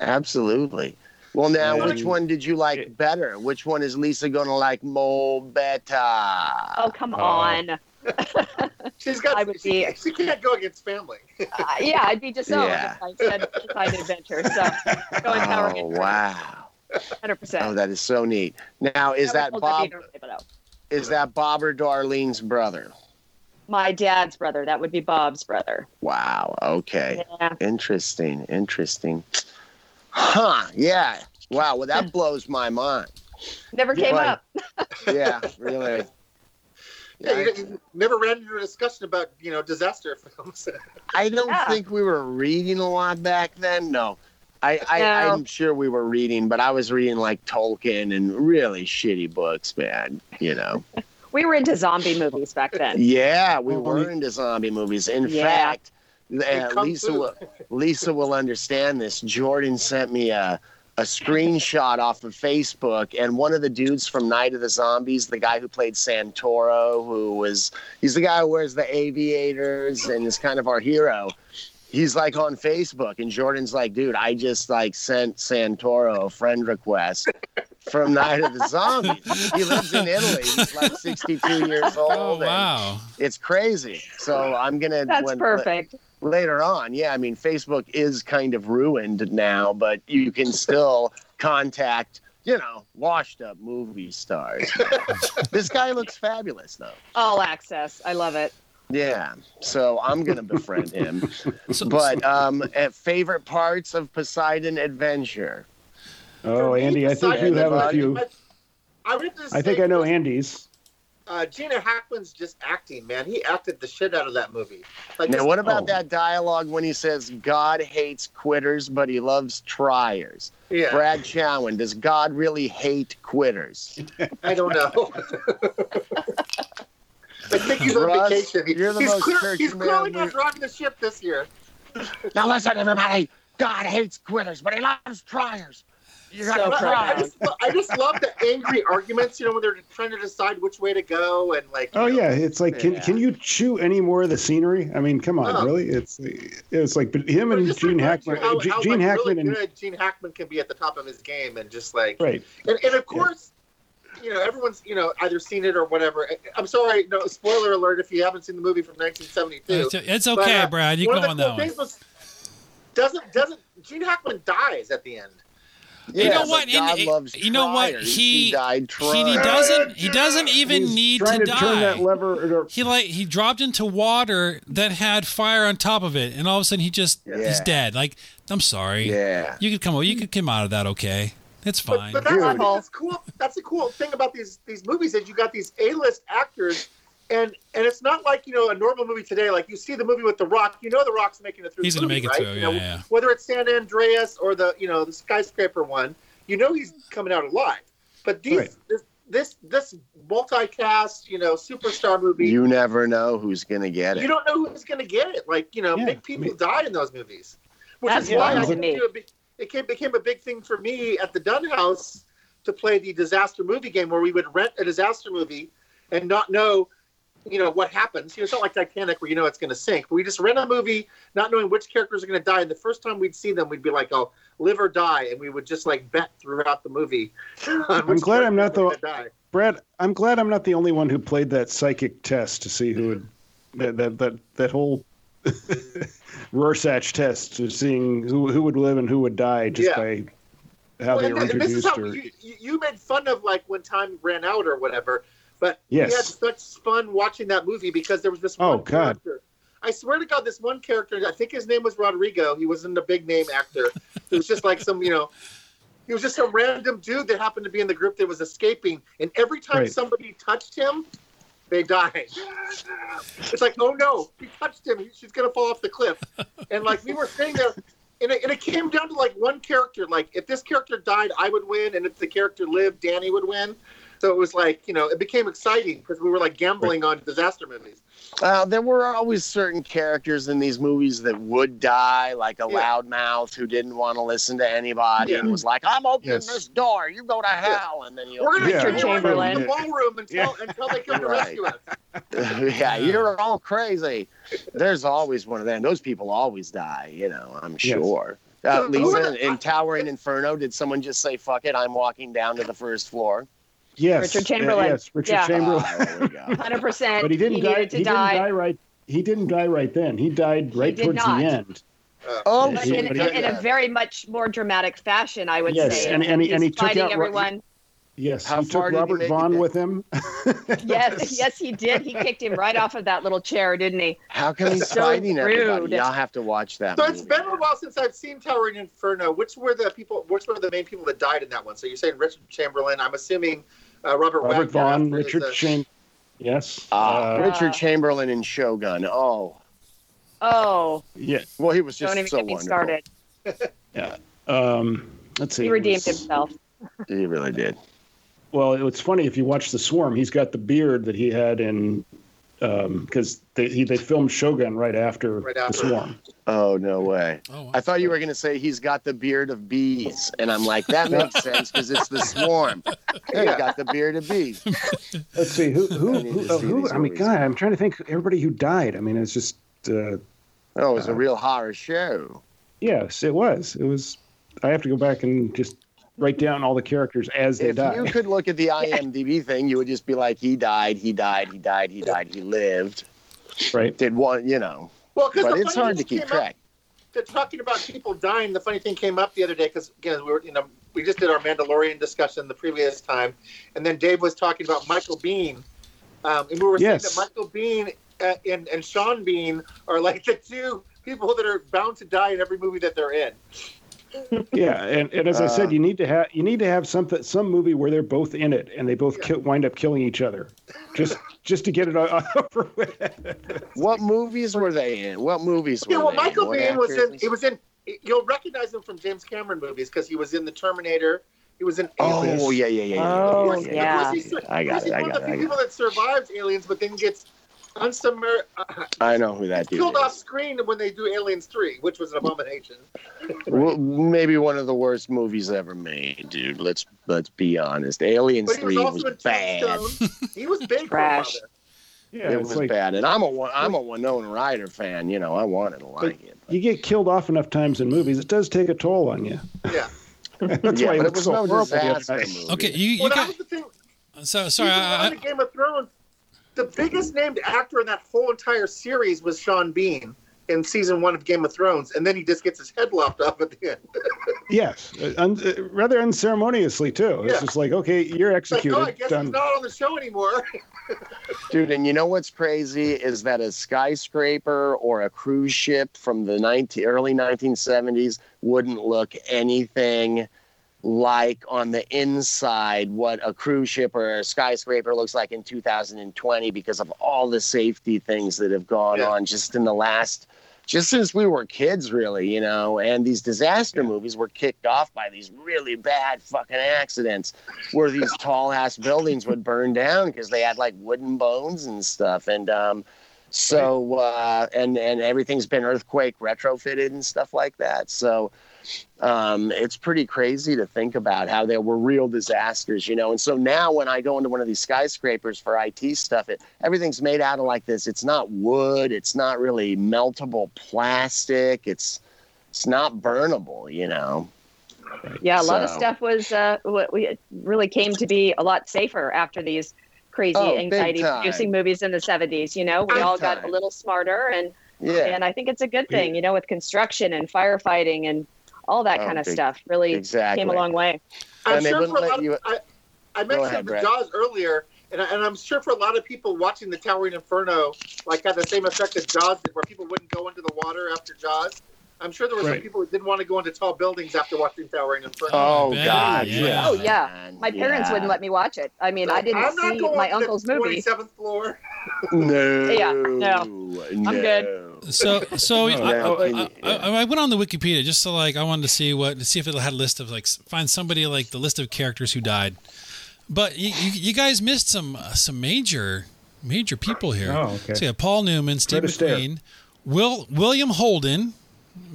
Absolutely. Well, now,
Yeah.
which one did you like
It-
better? Which one is Lisa going to like more better?
Oh, come
Oh.
on. Uh,
She's got.
I would
she,
be-
she can't go against family.
yeah, I'd be oh, disowned
Yeah.
if I said Poseidon Adventure. So going Power
oh, wow.
100%.
Oh, that is so neat. Now, is
I
that
would
Bob?
totally be oh, Dorito.
Is that Bob or Darlene's brother?
My dad's brother. That would be Bob's brother.
Wow. Okay.
Yeah.
Interesting. Interesting. Huh. Yeah. Wow. Well, that blows my mind.
Never came
Right.
up.
Yeah. Really. Yeah,
Yeah, you didn't- never ran into a discussion about you know disaster films.
I don't
Yeah.
think we were reading a lot back then. No. I, I,
No.
I'm sure we were reading, but I was reading like Tolkien and really shitty books, man. You know.
We were into zombie movies back then.
Yeah, we
Well, I
were
mean-
into zombie movies. In
Yeah.
fact,
Hey,
uh,
Kung
Lisa
Fu.
will, Lisa will understand this. Jordan sent me a a screenshot off of Facebook, and one of the dudes from Night of the Zombies, the guy who played Santoro, who was he's the guy who wears the aviators and is kind of our hero. He's like on Facebook, and Jordan's like, dude, I just like sent Santoro a friend request from Night of the Zombies. he lives in Italy. He's like 62 years old.
Oh
and-
wow!
it's crazy. So I'm gonna.
That's
when-
perfect.
la- later on, yeah. I mean, Facebook is kind of ruined now, but you can still contact, you know, washed-up movie stars. this guy looks fabulous, though.
All access. I love it.
Yeah. So I'm gonna befriend him.
So,
But um, at favorite parts of Poseidon Adventure.
Oh,
For me,
Andy, I think
Poseidon
you have a
Adventure,
few.
I, I would just
I think
say,
I know Andy's.
Uh, Gina Hackman's just acting, man. He acted the shit out of that movie. Like,
Now, what about
Oh.
that dialogue when he says, "God hates quitters, but he loves triers"?
yeah,
Brad Chowan, does God really hate quitters?
I don't know. I think he's on
Russ,
vacation. He-
you're the
he's
most
clear,
church
he's
man
clearly
we-
not driving the ship this year.
Now listen, everybody. God hates quitters, but he loves triers. You're
So
But I, I
proud.
just, I just love the angry arguments, you know, when they're trying to decide which way to go and like. you
Oh
know,
yeah, it's like can
Yeah.
can you chew any more of the scenery? I mean, come on,
Oh.
really? It's it's like but him
But it
and
just
Gene
reminds you
Hackman,
how-
Gene
how,
Gene
like,
Hackman
really
and
good Gene Hackman can be at the top of his game and just like
right.
And, and of course, you know, everyone's, you know, either seen it or whatever. I- I'm sorry, no, spoiler alert if you haven't seen the movie from 1972.
it's, it's okay,
But, uh,
Brad. You go on that one.
things was, doesn't, doesn't, Gene Hackman dies at the end.
You know what, and- you know what, he-
he died
He, he
triers.
doesn't. He doesn't even
He's
need
trying
to,
to,
die.
turn that lever. Or,
he like he dropped into water that had fire on top of it, and all of a sudden he just he's
Yeah.
dead. Like I'm sorry.
Yeah.
You could come. You could come out of that okay. It's fine.
But that's,
Dude.
that's cool. That's the cool thing about these these movies is you got these A-list actors, and and it's not like you know a normal movie today. Like you see the movie with The Rock, you know The Rock's making it through.
He's
the
gonna
movie,
make it
right?
through,
You know,
yeah, yeah.
Whether it's San Andreas or the you know the skyscraper one, you know he's coming out alive. But these
Right.
this, this this multicast you know superstar movie. You-
You never know who's gonna get it.
don't know who's going to get it. Like you know,
Yeah,
big
I
people
mean-
die in those movies, which
That's
is why I
wild to
didn't
me.
do a big, it came, became a big thing for me at the Dunn House to play the disaster movie game, where we would rent a disaster movie and not know, you know, what happens. You know, it's not like Titanic where you know it's going to sink. We just rent a movie not knowing which characters are going to die, and the first time we'd see them, we'd be like, "Oh, live or die," and we would just like bet throughout the movie. I'm
glad I'm not the- Brad, I'm glad I'm not the only one who played that psychic test to see who would that that that, that whole Rorschach test of seeing who who would live and who would die just
Yeah.
by how
Well,
they
and
were
th- and this
introduced.
is how
Or,
you, you you made fun of like when time ran out or whatever, but we had
Yes.
such fun watching that movie because there was this
Oh,
one
God.
character. I swear to God, this one character. I think his name was Rodrigo. He wasn't a big name actor. It was just like some you know He was just a random dude that happened to be in the group that was escaping, and every time
Right.
somebody touched him, they died. it's like, oh no, he touched him. He, she's gonna fall off the cliff. And like we were sitting there, and it, and it came down to like one character. Like if this character died, I would win, and if the character lived, Danny would win. So it was like you know, it became exciting because we were like gambling on disaster movies.
Well, there were always certain characters in these movies that would die, like a
Yeah.
loudmouth who didn't want to listen to anybody and
Yeah.
was like, "I'm opening
Yes.
this door, you go to hell," and then you,
We're gonna
Yeah,
yeah,
Chamberlain.
the ballroom until until they come to
Right.
rescue us.
yeah, you're all crazy. There's always one of them. Those people always die, you know. I'm sure. Uh,
So-
Lisa in Towering Inferno, did someone just say, "Fuck it, I'm walking down to the first floor"?
Yes, Uh,
Richard Chamberlain.
yes, Richard
Yeah.
Chamberlain.
Ah, there we go.
100%.
But he didn't die.
needed
He
to
didn't
die.
die right. He didn't die right then. He died
He
right
did
towards
not.
the end.
Oh,
But
But
he-
in,
but
in,
he-
in a very much more dramatic fashion, I would
Yes,
say.
and- and he-
He's
and he took
fighting
out Ro-
everyone.
Yes,
How
he
far
took
did he
Robert
make
Vaughn
it?
with him.
Yes, yes, he did. He kicked him right off of that little chair, didn't he?
How come he's
So
fighting
rude.
everybody? I'll have to watch that.
So it's
movie.
been a while since I've seen Towering Inferno. Which were the people? Which were the main people that died in that one? So you're saying Richard Chamberlain? I'm assuming uh, Robert,
Robert
Wagner
Vaughn,
is
Richard
the-
Chamberlain. Yes.
Ah,
Uh,
Richard Chamberlain in Shogun. Oh,
Oh,
yeah.
well, he was just
don't even
so
get me
wonderful.
started.
Um, let's see.
He
it
redeemed
was-
himself.
He really did.
Well, it's funny if you watch The Swarm. He's got the beard that he had in because they he, they filmed Shogun right after,
Right
The
after.
Swarm.
Oh no way!
Oh, wow.
I thought you were gonna say he's got the beard of bees, and I'm like, that makes sense because it's the swarm. He's got the beard of bees.
Let's see who who
I need to
who. oh,
see
who
these
I mean,
movies.
God, I'm trying to think everybody who died. I mean, it's just uh,
Oh,
Uh-huh.
it's a real horror show.
yes, it was. It was. I have to go back and just write down all the characters as they
If
die.
you could look at the IMDb thing, you would just be like, he died, he died, he died, he died, he lived.
Right.
Did one, you know?
Well, because
But
the
it's
funny
hard to
thing
keep
came
track.
Up, they're talking about people dying. The funny thing came up the other day because again, we were you know we just did our Mandalorian discussion the previous time, and then Dave was talking about Michael Bean, um, and we were
Yes.
saying that Michael Bean uh, and and Sean Bean are like the two people that are bound to die in every movie that they're in.
Yeah, and, and as I
Uh,
said, you need to have you need to have something some movie where they're both in it and they both ki- wind up killing each other, just just to get it o- over with.
What movies were they in? What movies were
Yeah, well,
they
Michael
in? What
Bean was in.
actors?
He was in. You'll recognize him from James Cameron movies because he was in the Terminator. He was in. Aliens.
Oh, yeah, yeah, yeah. yeah.
Oh,
Of course- of
yeah.
course he's-
I got
he's
it, I
one
got
of
it,
the
I
few
got
people that survived Aliens, but then gets unsumer- uh,
I know who that dude
killed off
is.
screen when they do Aliens Three, which was an abomination.
Well, maybe one of the worst movies ever made, dude. Let's let's be honest. Aliens
But he was
Three was
also in
bad.
Tombstone. He was big for a while
Trash.
there.
Yeah,
it
it's
was
like
bad, and I'm a Wa- I'm a Winona Ryder fan. You know, I wanted to like it.
you get killed off enough times in movies, it does take a toll on you.
Yeah.
That's
yeah,
why
but it
looks
was
so
no
horrible the other
disaster
night.
movie.
Okay, you, you
Well, that
got.
was the thing.
So sorry.
Even
I,
on the
I,
Game of Thrones, the biggest named actor in that whole entire series was Sean Bean in season one of Game of Thrones, and then he just gets his head lopped off at the end.
Yes, uh, un- uh, rather unceremoniously too. It's
Yeah.
just like okay, you're
It's like,
executed.
oh, I guess
done.
he's not on the show anymore.
Dude, and you know what's crazy is that a skyscraper or a cruise ship from the 19, early 1970s wouldn't look anything like on the inside what a cruise ship or a skyscraper looks like in 2020 because of all the safety things that have gone
Yeah.
on just in the last just since we were kids really you know and these disaster movies were kicked off by these really bad fucking accidents where these tall ass buildings would burn down because they had like wooden bones and stuff and um so uh and and everything's been earthquake retrofitted and stuff like that so um it's pretty crazy to think about how there were real disasters you know and so now when i go into one of these skyscrapers for it stuff it everything's made out of like this it's not wood it's not really meltable plastic it's it's not burnable you know
Yeah, a lot of
So-
stuff was uh, what we it really came to be a lot safer after these crazy
Oh, big
anxiety-producing movies in the '70s. You know, we
Big
all got
time.
a little smarter, and
yeah
and I think it's a good thing. You know, with construction and firefighting and all that
Oh,
kind of
big-
stuff, really
exactly.
came a long way.
I'm
And they
sure
wouldn't
for a
let
lot of-
you-
I, I
Go
mentioned
ahead,
the
Brad.
Jaws earlier, and, I, and I'm sure for a lot of people watching the Towering Inferno, like had the same effect as Jaws did, where people wouldn't go into the water after Jaws. I'm sure there were some
Right.
people who didn't want to go into tall buildings after watching Towering Inferno.
Oh
bet,
God!
yeah.
yeah,
Oh, yeah.
man,
My parents
yeah.
wouldn't let me watch it. I mean, I didn't
I'm not
see
going
my
to
uncle's
the
movie.
27th floor.
No.
Yeah,
no.
I'm good.
So, so
No,
I,
yeah,
I-
yeah.
I, I, I went on the Wikipedia just to like I wanted to see what to see if it had a list of like s- find somebody like the list of characters who died. But you, you, you guys missed some uh, some major major people here.
Oh, okay.
So yeah, Paul Newman, Steve
Fred Astaire.
McQueen, Will William Holden,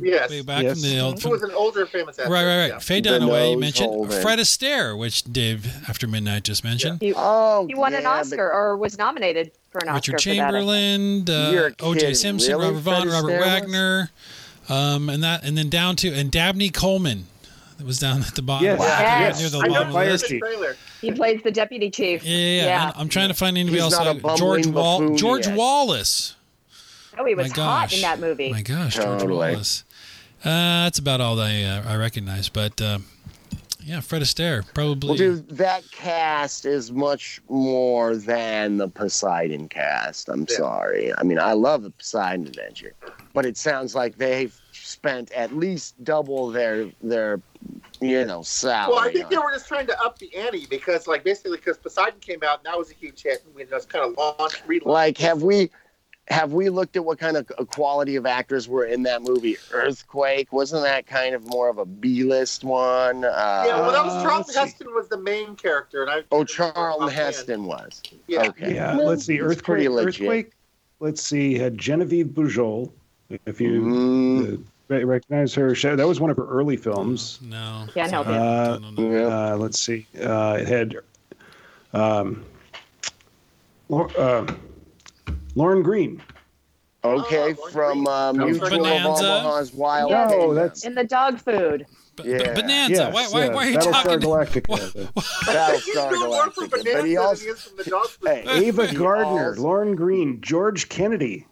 Yes.
way back
Yes.
from the old
Who was an older famous actor.
right, right, right.
yeah.
Faye
The
Dunaway you
nose
mentioned,
Holden.
Fred Astaire, which Dave after midnight just mentioned,
He,
Oh,
he won an
yeah,
Oscar or was nominated for an
Richard
Oscar for
Chamberlain,
You're
uh, O.J.
kidding.
Simpson,
Really?
Robert Vaughn,
Fred
Robert
Astaire was?
Wagner, um, and that, and then down to and Dabney Coleman, that was down at the bottom,
Yes.
Yes.
near the
I
bottom
know
of the
Fire
fire
list.
chief.
trailer.
that. He plays the deputy chief.
Yeah, yeah, yeah.
Yeah.
I'm- I'm trying to find anybody else.
He's not a
Uh, George
bumbling
Wall,
buffoon
George
yet.
Wallace.
Oh, he was
My
hot in
gosh.
that movie.
My gosh, George
Totally.
Wallace. Uh, that's about all I uh, I recognize, but uh, yeah, Fred Astaire probably.
Well, dude, that cast is much more than the Poseidon cast. I'm
Yeah.
sorry. I mean, I love the Poseidon Adventure, but it sounds like they've spent at least double their their you know salary.
Oh,
Well, I think
on
they were just trying to up the ante because, like, basically, because Poseidon came out and that was a huge hit, and we just kind of launched, relaunched.
like have we have we looked at what kind of quality of actors were in that movie earthquake wasn't that kind of more of a b-list one uh,
yeah, well, that
Uh,
was Charles
let's see.
Heston was the main character, and I.
oh charlton
offhand.
heston Oh, was
Yeah.
okay
Yeah, let's see.
It's
Earthquake.
pretty legit.
Earthquake. Let's see. Uh, Genevieve Bujold, if you
Mm,
uh, re- recognize her, She- that was one of her early films.
no,
Can't help it.
Uh,
Don't know.
yeah.
Uh, let's see. Uh, it had um, Lau- uh, Lauren Green.
okay
Oh,
from uh,
Bonanza.
mutual of omaha's wild
Yeah.
Kingdom.
Oh, that's
In the dog food.
Ba-
yeah.
Bonanza.
yeah.
why, why, why are you
Battlestar
talking?
Galactica.
He's
Battlestar
doing more for
Galactica. But he
Bonanza than
also,
he is from the dog food.
Hey,
Ava
he
Gardner,
also-
Lauren Green, George Kennedy,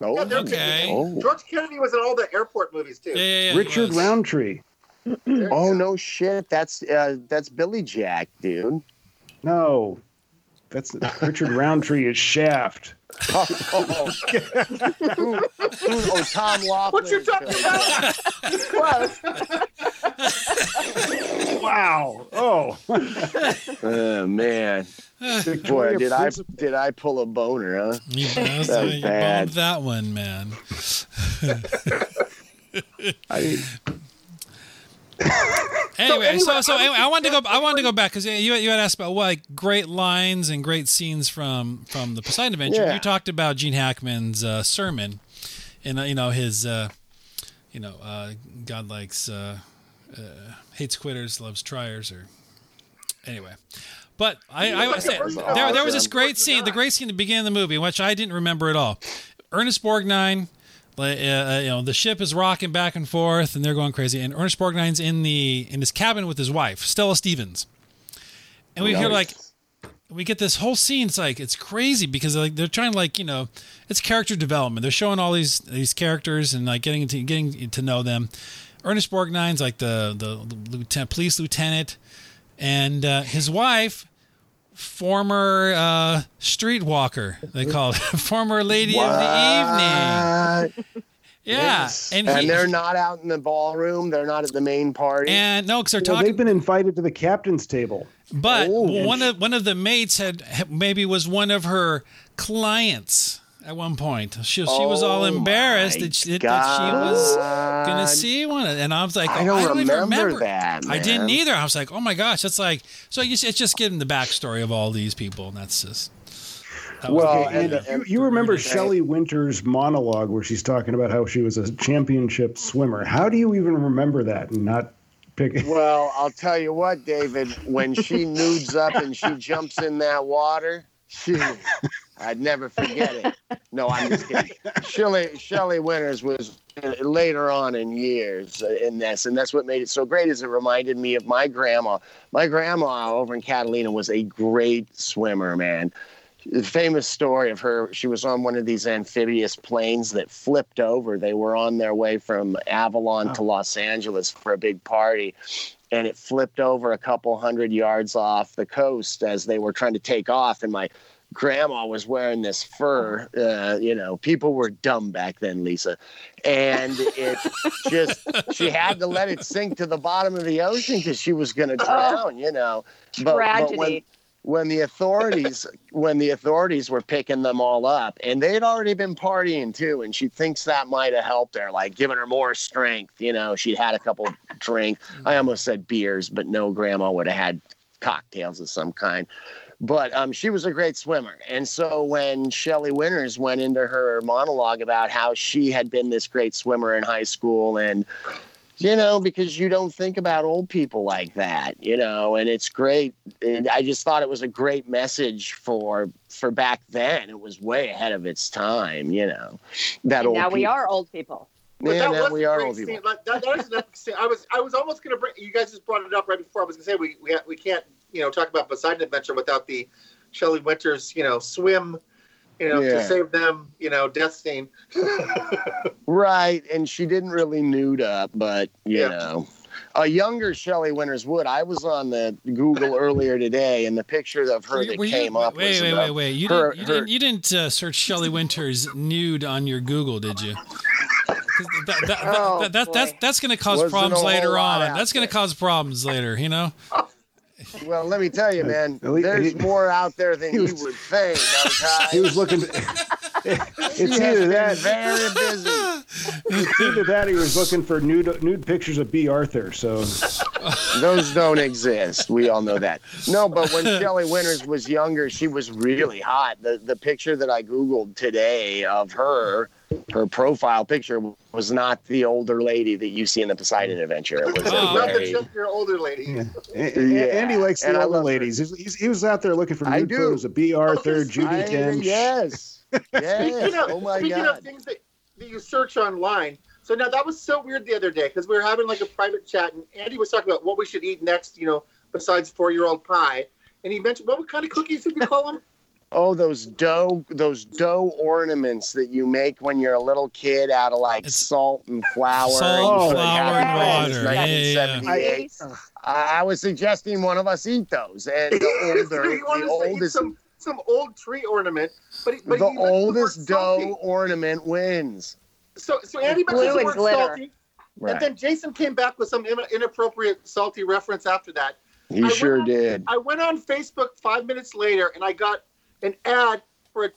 Yeah,
oh,
they're
Okay.
oh.
George Kennedy was in all the airport movies too.
Yeah, yeah, yeah, he
Richard
was.
Roundtree.
oh no shit! That's uh, that's Billy Jack, dude.
No, that's Richard Roundtree is Shaft.
Oh, oh, oh. oh Tom Laughlin.
What you
is
talking
Billy
about?
Jack.
Close.
Wow. Oh,
Oh man, boy, did I did I pull a boner, huh?
You, that's
That
the-
was
you
bad.
bombed that one, man.
I,
Anyway,
anyway,
so so,
I was
anyway, I wanted to go.
thinking
I wanted to go back because you you had asked about what like, great lines and great scenes from from the Poseidon Adventure.
Yeah.
You talked about Gene Hackman's uh, sermon, and uh, you know his, uh, you know, uh, God likes uh, uh, hates quitters, loves triers, or anyway. But I, I, I
That
said
was
there, there was this
awesome.
great scene, the great scene at the beginning of the movie, which I didn't remember at all. Ernest Borgnine, like, uh, uh, you know, the ship is rocking back and forth, and they're going crazy. And Ernest Borgnine's in the in his cabin with his wife, Stella Stevens, and we hear like we get this whole scene. It's like it's crazy because like they're trying to like you know, it's character development. They're showing all these these characters and like getting to getting to know them. Ernest Borgnine's like the the lieutenant, police lieutenant, and uh, his wife, former uh, streetwalker, they call it, former lady of the evening.
What?
Yeah,
Yes. and, they're not out in the ballroom. They're not at the main party.
and no, because they're
Well,
talking.
they've been invited to the captain's table.
But
Oh.
one of one of the mates had had- maybe was one of her clients at one point. She, she was all
Oh
embarrassed
my
that she, that she was
God.
gonna see one, of- and I was like,
I
oh,
don't
even
remember that,
I didn't
man.
either. I was like, oh my gosh, that's like so. You, it's just giving the backstory of all these people, and that's just. that was
Well,
the-
and-
yeah.
You, you remember
Rudy Gay.
Shelley Winter's monologue where she's talking about how she was a championship swimmer. How do you even remember that and not pick it?
Well, I'll tell you what, David. When she nudes up and she jumps in that water, she, I'd never forget it. No, I'm just kidding. Shelley, Shelley Winters was uh, later on in years uh, in this, and that's what made it so great. Is it reminded me of my grandma. My grandma over in Catalina was a great swimmer, man. The famous story of her, she was on one of these amphibious planes that flipped over. They were on their way from Avalon to Los Angeles for a big party, and it flipped over a couple hundred yards off the coast as they were trying to take off. And my grandma was wearing this fur. Uh, you know, people were dumb back then, Lisa. And it just, she had to let it sink to the bottom of the ocean because she was going to drown, you know. But, but when,
Tragedy.
when the authorities when the authorities were picking them all up and they'd already been partying too and she thinks that might have helped her like giving her more strength you know she'd had a couple drinks
Mm-hmm.
i almost said beers but no grandma would have had cocktails of some kind but um, she was a great swimmer and so when shelly winters went into her monologue about how she had been this great swimmer in high school and you know, because you don't think about old people like that, you know, and it's great. And I just thought it was a great message for for back then. It was way ahead of its time, you know. That
And
old
now we
people-
are old people.
But
Yeah, now
was
we
a
are
great
old people.
scene. Like, that, that is an epic scene. I was I was almost gonna bring you guys just brought it up right before I was gonna say we we, ha- we can't you know talk about Poseidon Adventure without the Shelley Winters you know swim you know
Yeah.
to save them you know death scene.
Right, and she didn't really nude up, but you
Yeah.
know, a younger Shelley Winters would. I was on the Google earlier today, and the picture of her
Were you-
that
were you-
came up
Wait,
was
wait,
about-
wait, wait! You
her-
didn't, you
her-
didn't, you didn't uh, search Shelley Winters nude on your Google, did you? 'Cause That, that,
Oh,
that- that- that's
boy.
that's going to cause
Wasn't
problems
a whole
later on.
lot out
That's going to
there.
cause problems later. You know.
Well, let me tell you, man,
At least-
there's
he-
more out there than
he
you
was-
would think.
He
Okay?
was looking.
She
it's
has
either
been
that,
very busy.
it's either that, or he was looking for nude nude pictures of B. Arthur. So
Those don't exist. We all know that. No, but when Shelley Winters was younger, she was really hot. The the picture that I googled today of her, her profile picture was not the older lady that you see in the Poseidon Adventure. It was
Oh,
a
Not that
very,
just your older lady.
Yeah.
Yeah.
Andy likes
And
the
I
older
love her.
ladies. He's, he's, he was out there looking for
I
nude
do. Oh,
photos of B. Arthur, Judy
I-
Dench.
yes, yes.
Speaking of,
oh my
speaking
God.
of things that, that you search online. So now that was so weird the other day because we were having like a private chat and Andy was talking about what we should eat next, you know, besides four year old pie. And he mentioned what kind of cookies did we call them?
Oh, those dough, those dough ornaments that you make when you're a little kid out of like
It's-
salt and flour.
Salt,
and
flour,
and
water. Yeah, yeah, yeah.
I, I was suggesting one of us eat those, and the older,
he
the
wanted us to eat
oldest,
some, some old tree ornament, but, he, but
the
he mentioned word
oldest
salty.
dough ornament wins.
So so Andy
Blue
mentioned the
and
word
glitter.
salty, and then Jason came back with some in- inappropriate salty reference after that.
He
I
sure
went-
did.
I went on Facebook five minutes later, and I got an ad for a,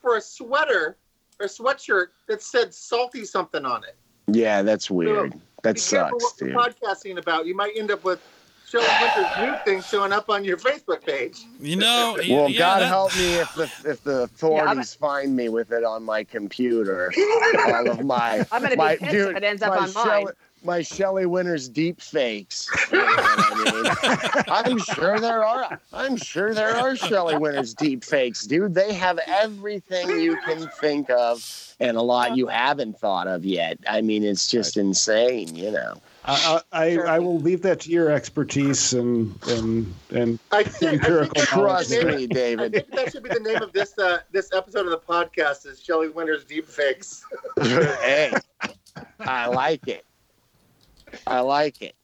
for a sweater or sweatshirt that said salty something on it.
Yeah, that's weird. That
Be careful
sucks,
what
dude.
you're podcasting about. You might end up with Shelley Winter's new thing showing up on your Facebook page.
You know.
Well,
yeah,
God
that-
help me if the if the authorities find me with it on my computer, all of my
I'm going to
my
be pissed if it ends up
my
on
Shelley-
mine.
my Shelley Winters deep fakes. You know what I mean? I'm sure there are. I'm sure there are Shelley Winters deep fakes, dude. They have everything you can think of, and a lot you haven't thought of yet. I mean, it's just insane, you know.
I, I, I, I will leave that to your expertise and and and
I think, I think,
Empirical
that
Trust
should
me,
be the name- I
David.
think that should be the name of this uh, this episode of the podcast is Shelley Winter's deep fakes.
hey, I like it. I like it.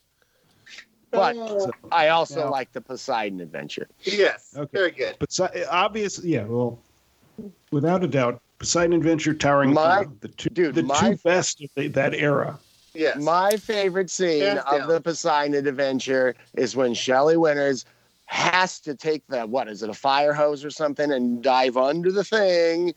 But
Uh,
I also
Yeah.
like the Poseidon Adventure.
yes,
Okay.
very good.
But obviously, yeah, well, without a doubt, Poseidon Adventure, Towering
My-
Inferno, the two,
dude,
the
my-
two best of the, that era.
Yes.
My favorite scene
Hands
of
down.
the Poseidon Adventure is when Shelley Winters has to take the what is it a fire hose or something and dive under the thing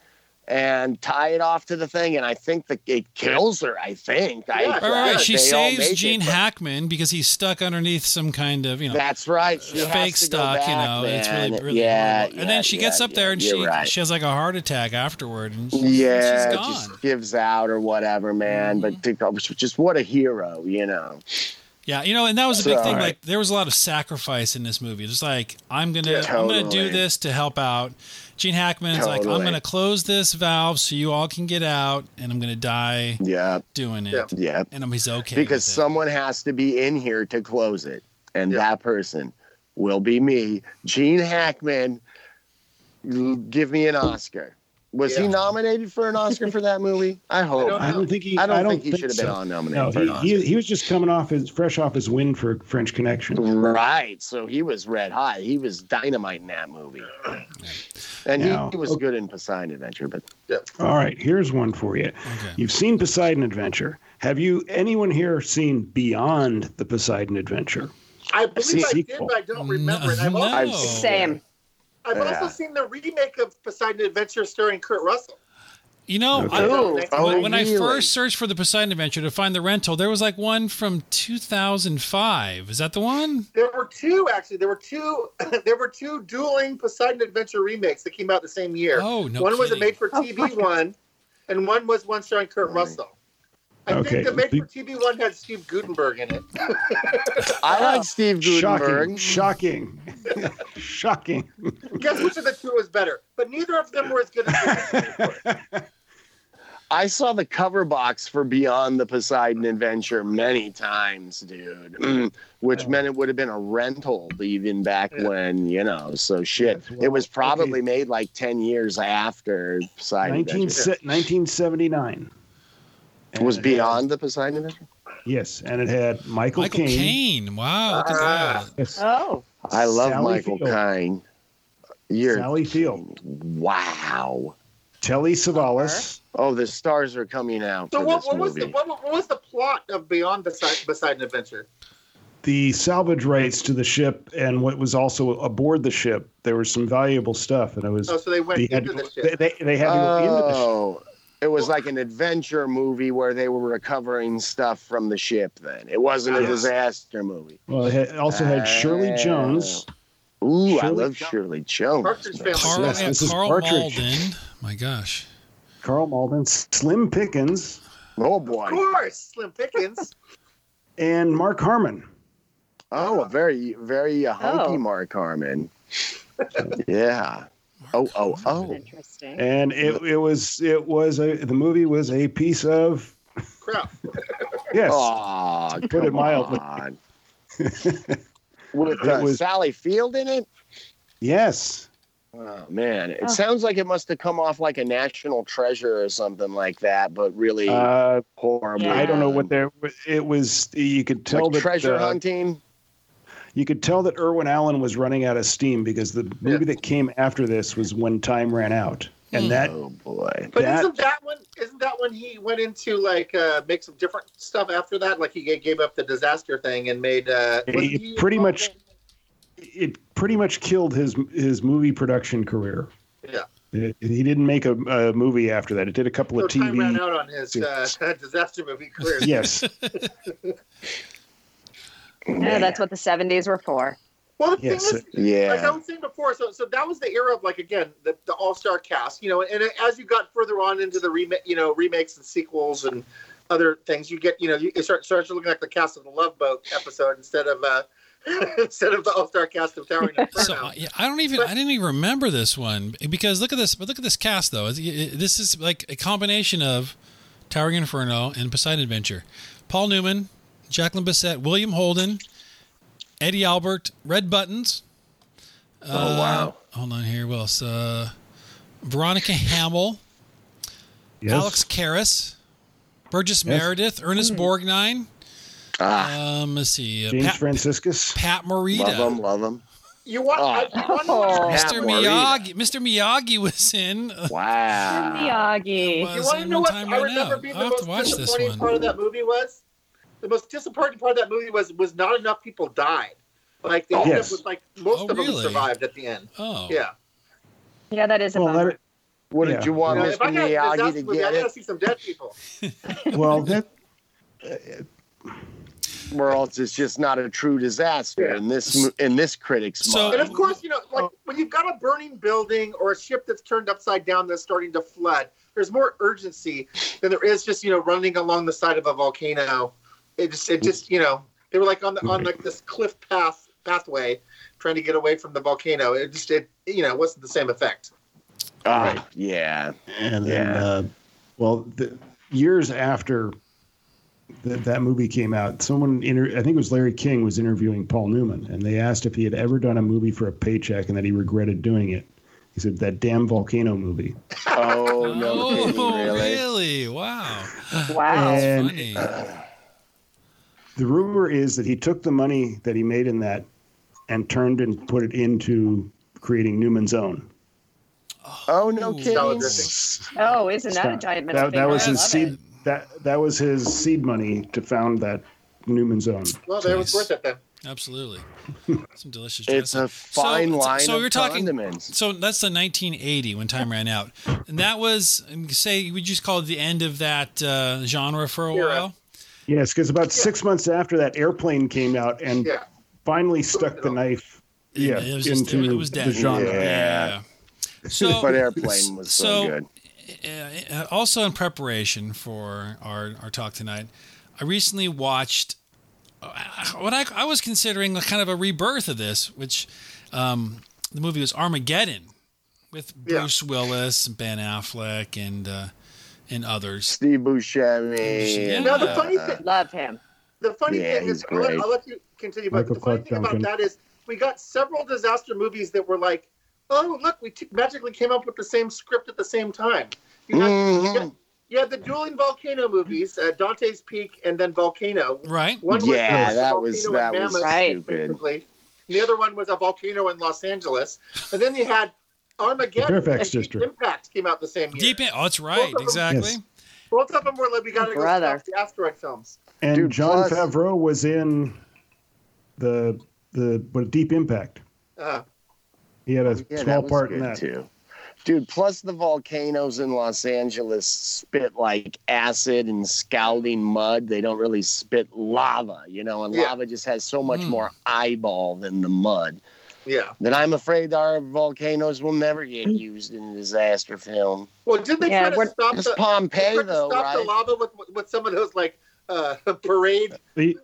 and tie it off to the thing and I think that it kills her. I think. I,
Yeah.
All right,
I-
she
they all make
saves
it,
Gene
but-
Hackman because he's stuck underneath some kind of you know
That's right. She has
fake
to go
stock, you
back,
know. It's
man.
really, really
yeah,
horrible. and
yeah,
then she gets
yeah,
up there and
yeah,
she
you're right.
she has like a heart attack afterward, and she's,
yeah,
she's
it
gone. Mm-hmm.
just gives out or whatever, man. But to go- just what a hero, you know.
Yeah, you know, and that was a big
So,
thing.
right.
Like there was a lot of sacrifice in this movie. It's like I'm gonna
Yeah,
I'm gonna do
totally.
this to help out. Gene Hackman's like I'm
Totally.
gonna close this valve so you all can get out, and I'm gonna die
Yeah,
doing it.
Yeah.
yeah.
And I'm, he's okay
Because
with it.
someone has to be in here to close it, and
Yeah.
that person will be me, Gene Hackman. L- Give me an Oscar. Was he
Yeah.
nominated for an Oscar for that movie? I hope.
don't
I don't think he.
I don't, think he should have
so.
been on nominated
No,
for an
he,
Oscar.
he, he was just coming off his fresh off his win for French Connection.
Right. So he was red hot. He was dynamite in that movie. And he-
Now-
he, was good in Poseidon Adventure, but
All right, here's one for you.
Okay.
You've seen Poseidon Adventure. Have you anyone here seen Beyond the Poseidon Adventure?
I believe I did,
Sequel.
but I don't remember it. I've also,
No.
I've
Same.
I've
Yeah.
also seen the remake of Poseidon Adventure starring Kurt Russell.
You know,
Okay.
I,
Oh,
when,
oh,
when I
really?
first searched for the Poseidon Adventure to find the rental, there was like one from 2005. Is that the one?
There were two actually. There were two. there were two dueling Poseidon Adventure remakes that came out the same year.
Oh, no
One was a
kidding.
Oh,
made-for-TV
fuck.
one, and one was one starring Kurt
Right.
Russell. I
Okay,
think the made-for-TV one had Steve Gutenberg in it.
I like Steve
Shocking!
Gutenberg.
Shocking! shocking!
Guess which of the two was better? But neither of them were as good as. the other.
I saw the cover box for Beyond the Poseidon Adventure many times, dude, Mm, which meant it would have been a rental even back
Yeah.
when, you know, so shit.
Yes, well,
it was probably
okay.
made like 10 years after Poseidon
19,
Adventure.
se- 1979.
It was
And it had-
Beyond the Poseidon Adventure?
Yes, and it had Michael
Michael
Caine.
Caine. Wow. Look
Ah.
at that.
Yes.
Oh,
I love
Sally
Michael
Field.
Caine. You're
Sally Field.
wow.
Telly Savalas.
Oh, the stars are coming out.
so
for
what,
this
what was
movie.
the what, what was the plot of Beyond Poseidon, Poseidon Adventure?
The salvage rights to the ship and what was also aboard the ship. There was some valuable stuff, and it was
Oh, so they went
they had
into the
to,
ship.
they, they, they had to go into the ship.
Oh, it was like an adventure movie where they were recovering stuff from the ship. Then it wasn't a
Yeah.
disaster movie.
Well, it had, also had Shirley
Oh.
Uh,
Jones.
Ooh, I
Shirley
love
Jo-
Shirley Jones.
Partridge Family.
Carl,
Yes, this is
Carl
Partridge.
Malden. My gosh.
Carl Malden, Slim Pickens,
Oh
Of
boy.
course, Slim Pickens.
and Mark Harmon.
Oh, a very, very uh, hunky
Oh.
Mark Harmon. yeah. Oh, oh, oh.
interesting.
And it, it was it was a the movie was a piece of
Crap.
yes.
Oh,
put it
come
mildly.
on. With uh,
It was-
Sally Field in it?
Yes.
Oh man, it
Oh.
sounds like it must have come off like a national treasure or something like that, but really
Uh,
horrible.
I don't know what there it was you could tell
like
that
treasure
uh,
hunting.
you could tell that Irwin Allen was running out of steam because the movie that came after this was when time ran out. And that
oh boy.
But
That-
isn't that one? Isn't that when he went into like uh, make some different stuff after that? Like he ga- gave up the disaster thing and made. Uh,
He
wasn't he
pretty
involved
much- it pretty much killed his his movie production career.
Yeah.
It- he didn't make a, a movie after that. It did a couple
in- so
of TV.
time ran out on his
Yeah.
uh, disaster movie career.
Yes.
Yeah, that's what the 70s were for.
Well, the
Yes,
thing is, like I
Yeah.
was saying before, so so that was the era of like again the, the all star cast, you know, and as you got further on into the remake, you know, remakes and sequels and other things, you get you know you it start starts looking like the cast of the Love Boat episode instead of uh instead of the all star cast of Towering Inferno.
So I- yeah, I don't even
But-
I didn't even remember this one because look at this but look at this cast though. It- it- This is like a combination of Towering Inferno and Poseidon Adventure. Paul Newman, Jacqueline Bissett, William Holden, Eddie Albert, Red Buttons. Uh,
Oh wow.
Hold on here. What else? Uh, Veronica Hamill,
yes.
Alex Karras, Burgess Meredith, Ernest Borgnine.
Ah,
Um, let's see. Uh,
Hmm. James
Pat,
Franciscus.
Pat
love them,
Morita.
love them.
you want, I, you want to watch
Oh.
Mr.
Pat Morita.
Miyagi. Mr. Miyagi was in. uh,
Wow.
Miyagi.
It
You
was
want to
in
know
one
what
time
I
right
remember
now.
being
I'll
the
have to watch
most
this
disappointing
one.
part of that movie was? The most disappointing part of that movie was was not enough people died. Like they ended
Yes.
up with like most
Oh,
of
really?
them survived at the end.
Oh,
Yeah.
Yeah, that is a
Well,
bummer.
that,
What did
Yeah.
you want
You know,
Mr.
if I got a
Miyagi
disaster
to
movie, I
get
gotta
it?
see some dead people.
well, that
Where else it's just not a true disaster
Yeah.
in this mo- in this critic's
So-
And
mind.
of course, you know, like when you've got a burning building or a ship that's turned upside down that's starting to flood, there's more urgency than there is just you know running along the side of a volcano. It just, it just, you know, they were like on the on like this cliff path pathway, trying to get away from the volcano. It just, it, you know, wasn't the same effect.
Ah, yeah.
and then
Yeah.
uh, well, the, years after that that movie came out, someone inter- I think it was Larry King was interviewing Paul Newman, and they asked if he had ever done a movie for a paycheck, and that he regretted doing it. He said that damn volcano movie.
Oh no,
oh,
kidding, really?
Wow.
Wow.
That's
And-
funny.
The rumor is that he took the money that he made in that and turned and put it into creating Newman's Own.
Oh no,
Ooh.
kidding.
Solidarity.
Oh, isn't that a
Scott.
giant middle
That,
finger?
that was
I
his
love
seed.
it.
That that was his seed money to found that Newman's Own.
Well, that was
Nice.
worth it then.
Absolutely. Some delicious
It's
dressing.
a fine
so,
line
So
of
you're talking.
condiments.
So that's the 1980 when time ran out, and that was say we just call it the end of that uh, genre for a
Era.
while.
Yes, because about six months after that, Airplane came out and
Yeah.
finally stuck the knife. Yeah,
it was just
into
it was dead.
the genre.
Yeah. So
But airplane was so,
so-
good.
uh, also in preparation for our, our talk tonight, I recently watched uh, what I, I was considering a kind of a rebirth of this, which um, the movie was Armageddon with
Yeah.
Bruce Willis, and Ben Affleck, and uh, and others.
Steve Buscemi.
Yeah.
Now the funny thing,
Love him.
the funny
Yeah,
thing
he's
is, I'll let,
great.
I'll let you continue. But
Michael
the funny
Clark
thing about
Duncan.
that is, we got several disaster movies that were like, oh look, we t- magically came up with the same script at the same time. You had, you
Mhm.
had- you had the dueling volcano movies, uh, Dante's Peak, and then Volcano.
Right?
One was
Yeah,
a
that was
volcano
that
in
was
Mammoth,
Right.
stupid.
basically. The other one was a volcano in Los Angeles, and then you had Armageddon.
The Fairfax
and Deep
District.
Impact came out the same year.
Deep in, oh, that's right,
Yes.
exactly.
Both of them were like, we got to go
Brother.
stop the asteroid films.
And
Dude,
John
plus-
Favreau was in the the what Deep Impact.
Uh,
He had a
Oh, Yeah, that
small
was
part in
good,
that.
too. Dude, plus the volcanoes in Los Angeles spit like acid and scalding mud. They don't really spit lava, you know, and
Yeah.
lava just has so much
Mm.
more eyeball than the mud.
yeah.
That I'm afraid our volcanoes will never get used in a disaster film.
Well, did they
Yeah,
try to
we're-
stop
It's
the, they
Pompeii,
tried to
though,
stop the
right?
lava with with some of those like uh, parade
They,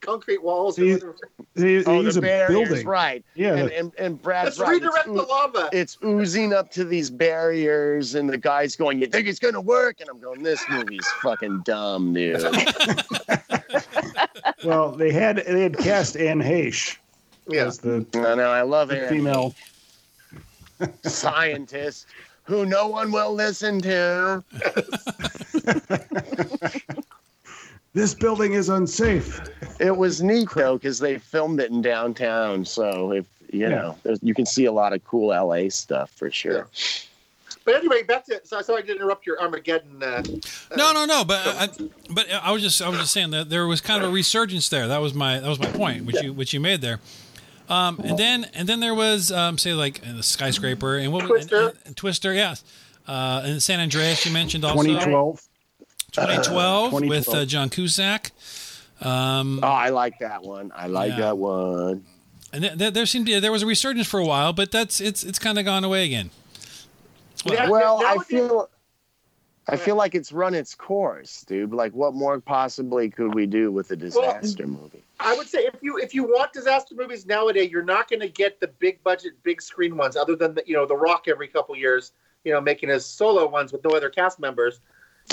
concrete walls?
Yeah.
That's
they, they
Oh,
use
the
a
barriers,
building.
right?
Yeah,
And,
that-
and, and Brad's
Let's
right. It's
redirect the
oo-
lava.
it's oozing up to these barriers, and the guy's going, "You think it's gonna work?" And I'm going, "This movie's fucking dumb, dude."
well, they had they had cast Anne Heche
yeah.
as the
I know, I love
the
it.
female.
Scientist who no one will listen to.
This building is unsafe.
It was neat though, because they filmed it in downtown, so if you
Yeah.
know, there's- you can see a lot of cool LA stuff for sure.
But anyway, back to so sorry to interrupt your Armageddon. Uh,
No, no, no. But I, I- but I was just I was just saying that there was kind of a resurgence there. That was my that was my point, which you which you made there. Um, and then and then there was um, say like uh, the skyscraper and what and-
Twister.
and, and Twister, yes. Uh, and San Andreas, you mentioned also
2012.
2012 with uh,
2012.
John Cusack. Um,
Oh, I like that one. I like
Yeah.
that one.
and th- th- there seemed to there was a resurgence for a while, but that's it's it's kind of gone away again.
Yeah,
Well, I
nowadays-
feel I feel like it's run its course, dude. Like what more possibly could we do with a disaster movie?
I would say if you if you want disaster movies nowadays, you're not going to get the big budget, big screen ones, other than the, you know The Rock every couple years, you know, making his solo ones with no other cast members.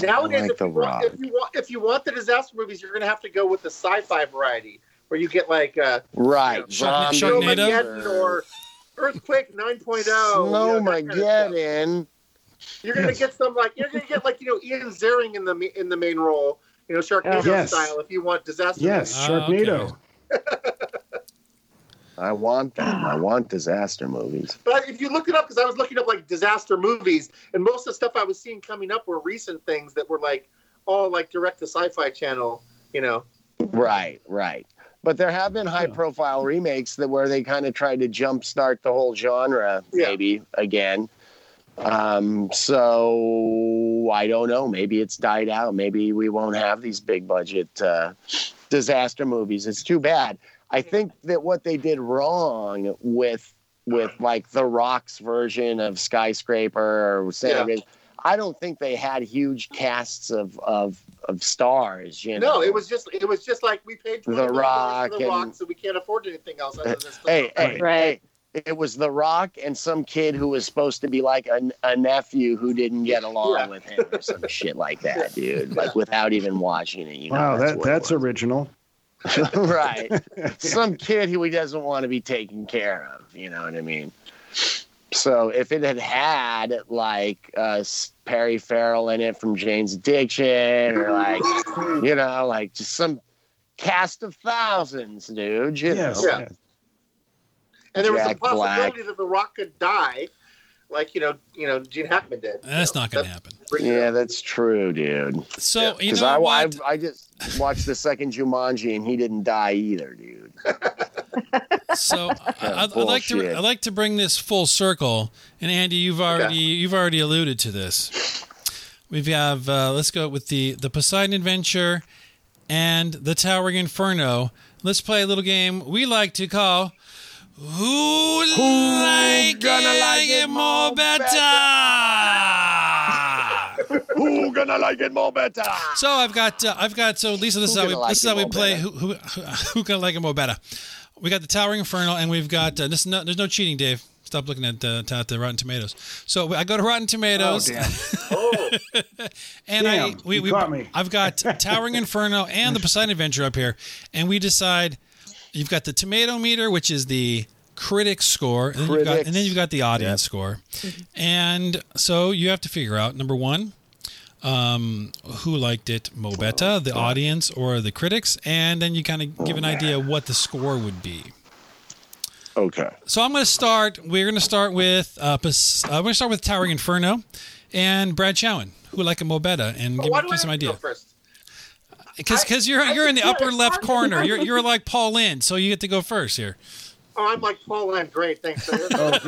Nowadays,
like
if,
The
you want,
Rock.
if you want if you want the disaster movies, you're going to have to go with the sci-fi variety, where you get like uh,
Right.
Sharkna-
zombie
Sharknado?
Snowmageddon or Earthquake 9.0. you know, that kind of stuff.
Snowmageddon.
You're gonna get some like you're gonna get like you know Ian Ziering in the ma- in the main role, you know
Oh,
Sharknado
Yes.
style if you want disaster.
Yes,
Ah,
Sharknado.
okay.
I want them. I want disaster movies.
But if you look it up, because I was looking up like disaster movies, and most of the stuff I was seeing coming up were recent things that were like all like direct to Sci-Fi Channel, you know.
Right, right. But there have been high-profile remakes that where they kind of tried to jumpstart the whole genre,
Yeah.
maybe again. Um, so I don't know. Maybe it's died out. Maybe we won't have these big-budget uh, disaster movies. It's too bad. I think that what they did wrong with with like the Rock's version of Skyscraper or San
Yeah.
Andreas, I don't think they had huge casts of of of stars. You know,
No, it was just it was just like we paid
The
20 million dollars for
Rock
the rock,
and-
so we can't afford anything else. Other than this stuff.
hey, hey,
Right.
hey, it was The Rock and some kid who was supposed to be like a, a nephew who didn't get along
Yeah.
with him or some shit like that, dude. Like without even watching it. You know,
Wow, that
what it
that's
was.
original.
right. Some kid who he doesn't want to be taken care of. You know what I mean? So if it had had like uh, Perry Farrell in it from Jane's Addiction, or like you know, like just some cast of thousands, dude. You
Yes,
know?
Yeah. And there was a
Jack
possibility
Black.
that The Rock could die, like you know, you know, Gene Hackman did.
That's not going to happen.
happen.
yeah, that's true, dude.
So
Yeah,
you
Because
know
I, I,
what?
I just watched the second Jumanji and he didn't die either, dude.
so I, I'd, I'd like to
Bullshit.
I'd like to bring this full circle. And Andy, you've already you've already alluded to this. We have uh, let's go with the the Poseidon Adventure and the Towering Inferno. Let's play a little game we like to call Who, like,
gonna
it,
like it
more
more
better?
Who gonna like it more better?
So I've got, uh, I've got. So Lisa, this is
Who
how we,
gonna like
this is
him
how we
more
play. Who,
better?
who, who gonna like him more better? We got the Towering Inferno, and we've got. Uh, this, no, there's no cheating, Dave. Stop looking at uh, at the Rotten Tomatoes. So I go to Rotten Tomatoes,
Oh,
and I
Damn, you caught me.
I've got Towering Inferno and the Poseidon Adventure up here, and we decide. You've got the tomato meter, which is the critic score, and, then you've got,
Critics.
and then you've got the audience score, and so you have to figure out number one, um, who liked it, Mo better, the audience or the critics, and then you kind of give an idea what the score would be.
Okay.
So I'm going to start. We're going to start with uh, Pas- uh, we're going to start with Towering Inferno, and Brad Chowan, who like it Mo better, and give,
why
give
do
me
I
some
have to
idea
go first?
because
I-
you're
I
you're in the
just-
upper left
I'm-
corner. You're you're like Paul Lynn, so you get to go first here.
Oh, I'm like Paul Lynde. Great, thanks. Sir.
Oh, yeah.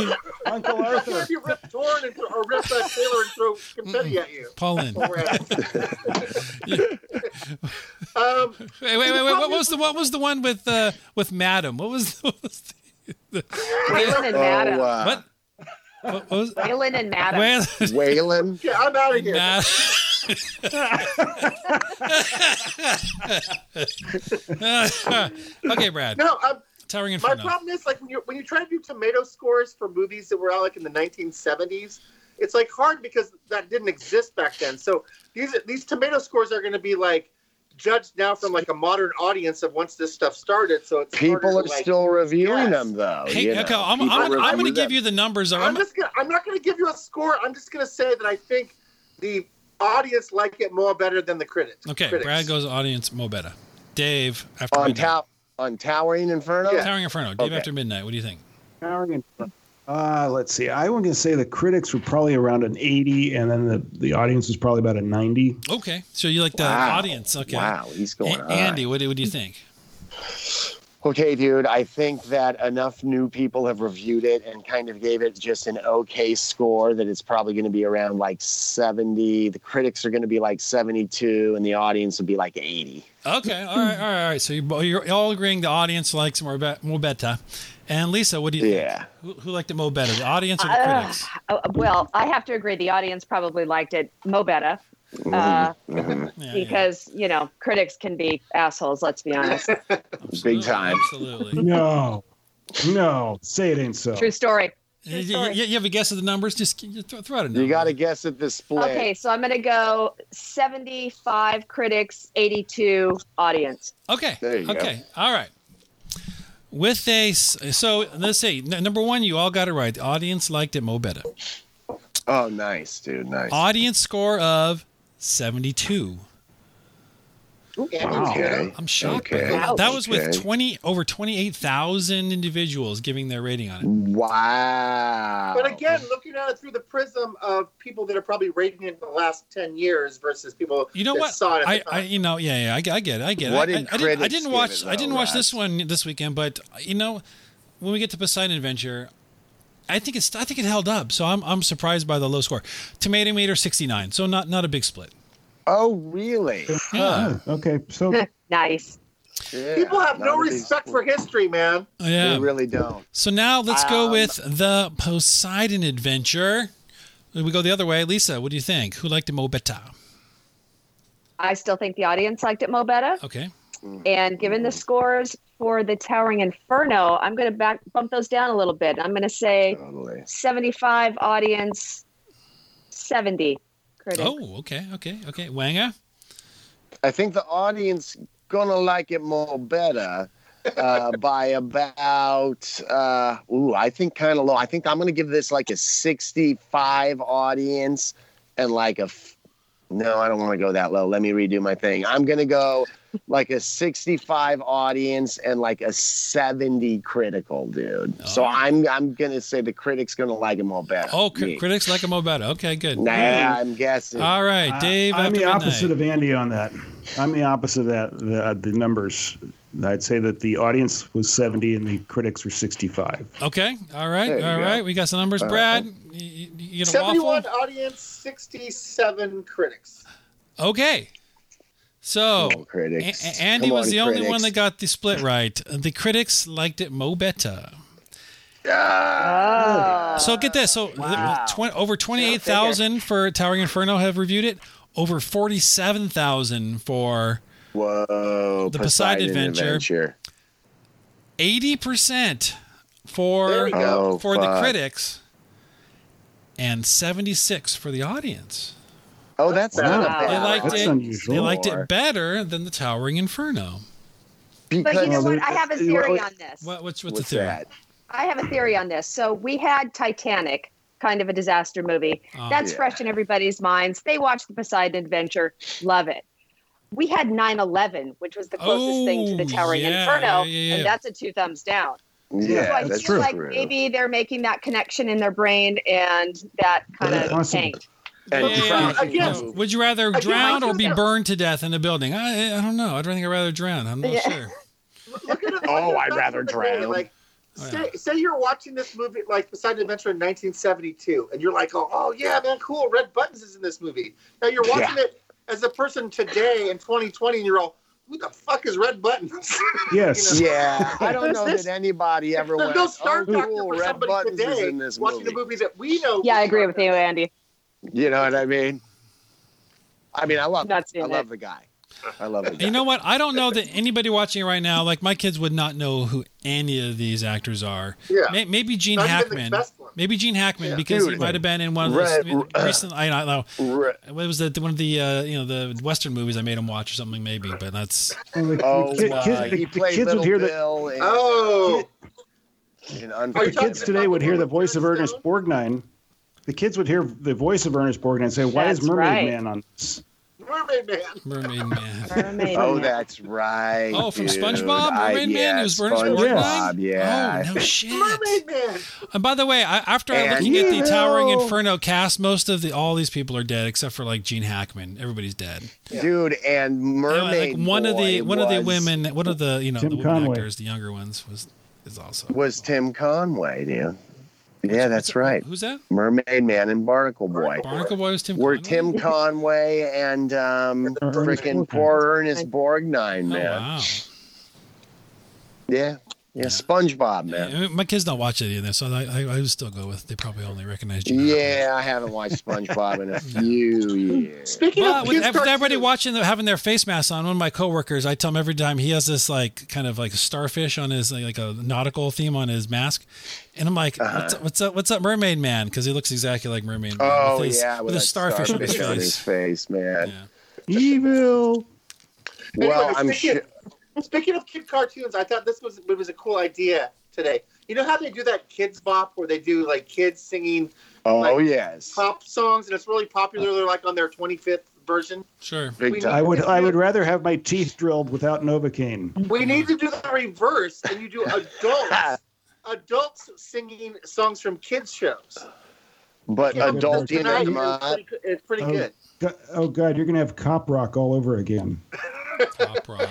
yeah!
Uncle Arthur.
if you rip Torn and, or rip uh, Taylor and throw confetti at you.
Paul Lynn.
Or, uh, um,
Wait, wait, wait, wait. What was the what was the one with uh, with Madam? What was, what was the,
Waylon and Madam.
uh,
what? What was?
Waylon and Madam.
Where,
Waylon.
yeah, I'm out of here.
Nah. okay, Brad.
No, um,
Towering
my
Inferno.
problem is like when you when you try to do tomato scores for movies that were out like in the 1970s, it's like hard because that didn't exist back then. So these these tomato scores are going to be like judged now from like a modern audience of once this stuff started. So it's
People
harder
are
to, like-
still reviewing
yes.
them, though.
Hey,
you know.
okay, I'm, I'm,
People
I'm,
review
going to
them.
give you the numbers. I'm,
I'm just gonna, I'm not going to give you a score. I'm just going to say that I think the audience like it more better than the critics.
okay,
critics.
Brad goes audience Mo better. Dave after
on
midnight.
top on Towering Inferno.
Yeah.
Towering Inferno. Dave
Okay.
after midnight. What do you think?
Uh, let's see. I was going to say the critics were probably around an 80, and then the, the audience was probably about a 90.
Okay, so you like the
Wow.
audience. Okay.
Wow, he's going
A-
on.
Andy, what do, what do you think?
Okay, dude, I think that enough new people have reviewed it and kind of gave it just an okay score that it's probably going to be around like 70. The critics are going to be like 72, and the audience will be like 80.
Okay, all right, all right, all right. So you're, bo- you're all agreeing the audience likes more be- more better. And Lisa, what do you
Yeah.
think? Who, who liked it more better, the audience or the
Uh,
critics?
uh, well, I have to agree. The audience probably liked it. Mo better. Uh,
Yeah, yeah.
because you know critics can be assholes let's be honest
Big time.
Absolutely.
No. No. Say it ain't so.
true story
you,
True
you,
story.
you have a guess of the numbers? Just you throw, throw out a number.
You got to guess at the split.
okay so i'm gonna go 75 critics 82 audience
Okay.
There you go.
okay. All right. With a s- so let's see. N- number one, you all got it right. The audience liked it mo better.
Oh, nice, dude. Nice.
Audience score of seventy-two.
Yeah.
Okay.
I'm shocked. by
Okay.
that. That was with
Okay.
twenty over twenty-eight thousand individuals giving their rating on it.
Wow.
But again, looking at it through the prism of people that are probably rating it in the last ten years versus people
You know
that
what?
saw it at
I,
the
I,
time.
you know, yeah, yeah, I, get- I get it, I get it.
What
I,
did
I- I didn't, I
critics
didn't
give
watch,
it,
I didn't
though,
watch this
Rats?
one this weekend, but you know, when we get to Poseidon Adventure, I think it's, I think it held up. So I'm, I'm surprised by the low score. Tomato meter 69, so not, not a big split.
oh, really?
Yeah,
Okay. So
nice
Yeah,
people have no
not a big
respect for
split.
history, man.
yeah.
They really don't.
So now let's go
Um,
with the Poseidon Adventure. We go the other way. Lisa, what do you think? Who liked it more better?
i still think the audience liked it mo better
Okay.
and given the scores for the towering inferno i'm gonna back bump those down a little bit i'm gonna say
Totally.
75 audience 70 critics
Oh, okay, okay, okay. Wanga?
I think the audience gonna like it more better, uh, by about uh, ooh, I think kind of low. I think I'm going to give this like a 65 audience and like a f- no, I don't want to go that low. Let me redo my thing. I'm going to go like a 65 audience and like a 70 critical, dude. So
Oh.
I'm I'm going to say the critics going to like him all better.
Oh, cri-
Me.
critics Oh. like them all better. Okay, good.
Nah, I'm guessing.
All
Uh,
right, Dave.
I, am
after
the
midnight.
opposite of Andy on that. I'm the opposite of that. The, the numbers. I'd say that the audience was 70 and the critics were 65.
Okay. All right.
There you
All
go. Uh,
right. We got some numbers.
All
Brad, y- y- you, get a
71
waffle?
audience, 67 critics.
Okay. So,
Come on, critics.
A- A- Andy
Come
was
on,
the only
critics.
one that got the split right. The critics liked it mo better.
Ah.
Oh.
So get this. So
Wow.
twen- over 28,000 for Towering Inferno have reviewed it. Over 47,000 for
Whoa,
The Poseidon Adventure.
Adventure.
80% for
There we go.
Oh,
for the
fuck.
critics and 76 for the audience.
Oh, that's
Wow.
not a
They
bad.
liked
that's
it.
That's unusual.
They liked
Sure.
it better than the Towering Inferno.
But you know
Because-
what? I have a theory on this.
What, what's with
What's
the theory?
that?
I have a theory on this. So we had Titanic, kind of a disaster movie.
Oh.
That's
Yeah.
fresh in everybody's minds. They watched the Poseidon Adventure, love it. We had 9 11, which was the closest thing to the
Oh,
Towering
yeah, yeah,
Inferno,
yeah, yeah.
and that's a two thumbs down.
Yeah,
so I
that's
feel
true.
like maybe they're making that connection in their brain, and that kind
That's
of
awesome.
tanked.
And
Yeah,
yeah,
Trout-
yeah.
No. Would you rather
Again,
drown
I
or be
think-
burned to death in a building? I, I don't know. I'd think I'd rather drown. I'm not
Yeah.
sure.
Look at it. look
Oh,
at it
I'd
back
rather
in the day,
drown.
Like,
Oh,
say, say you're watching this movie, like Poseidon Adventure in 1972, and you're like, oh, oh, yeah, man, cool. Red Buttons is in this movie. Now you're watching it as a person today in 2020, and you're all, who the fuck is Red Buttons?
Yes.
Yeah, I don't know
There's-
that anybody ever
There's
went.
no Star
oh,
Doctor
cool,
for
Red
somebody
Buttons is
today
in this
watching
movie.
a movie that we know.
Yeah, I agree with you, Andy.
You know what I mean? I mean, I love.
Not
I
seeing
love
it.
the guy. I love the guy.
You know what? I don't know that anybody watching right now, like my kids would not know who any of these actors are.
Yeah.
May, maybe Gene
Not even the
Hackman.
best one.
Maybe Gene Hackman
Yeah.
because he
Dude.
might have been in one of
Right,
those
uh,
recent. I don't know.
Re-
What was that? One of the uh, you know the Western movies I made him watch or something maybe. But that's
And the- the
Oh,
kid-
my.
kids- the-
he
the
played
kids
Little
would hear the
Bill in-
Oh,
in
Are you
the
talking
kids
Unforgiven.
today would hear the voice of
Stone?
Ernest Borgnine. The kids would hear the voice of Ernest Borgnine and say, "Why is
That's
Mermaid
right.
Man on this?"
Mermaid Man.
Mermaid Man.
Mermaid
Oh,
Man.
that's right.
Oh, from
dude.
SpongeBob,
I-
Mermaid Man,
yeah,
he was Ernest
SpongeBob,
Borgnine.
Yeah.
Oh no shit.
Mermaid Man.
And by the way, I, after I
And
looking at the
you
Towering
know-
Inferno cast, most of the all these people are dead except for like Gene Hackman. Everybody's dead.
dude, and
And,
Mermaid.
like one of the
Boy
one of the
was-
women, one of the you know
Tim
the women
Conway.
actors, the younger ones was is also
was Tim Conway, dude. Yeah, that's right.
Who's that?
Mermaid Man and Barnacle Boy.
Barnacle Boy was Tim.
Were
Conway? Oh,
Tim Conway and um,
Ernest Borgnine.
freaking poor Ernest Borgnine,
Oh,
man.
wow.
Yeah. Yeah, SpongeBob, man.
I mean, my kids don't watch any of this, so I, I, I would still go with. They probably only recognize Gene. Hackman.
Yeah, I haven't watched SpongeBob in a few years.
Speaking
But
of
with
kids
ev- with everybody
cartoons-
watching, them having their face masks on, one of my coworkers, I tell him every time he has this like kind of like a starfish on his like, like a nautical theme on his mask, and I'm like,
Uh-huh.
what's, up, what's up? What's up, Mermaid Man? Because he looks exactly like Mermaid. Man
Oh
with his,
yeah,
with a
that
starfish, on his
starfish on
face.
face, man.
Yeah.
Evil.
Well,
Anyway,
I'm
speaking,
sure.
speaking of kid cartoons, I thought this was it was a cool idea today. You know how they do that kids bop where they do like kids singing
Oh yes,
pop songs and it's really popular. They're like on their 25th version.
Sure.
we
big
I
time.
would I would rather have my teeth drilled without Novocaine.
We need to do the reverse and you do adults adults singing songs from kids shows.
But
Yeah,
adult
tonight
in
is
them uh, up.
pretty, it's pretty
Oh.
good.
Go- Oh God, you're gonna have cop rock all over again.
Pop rock.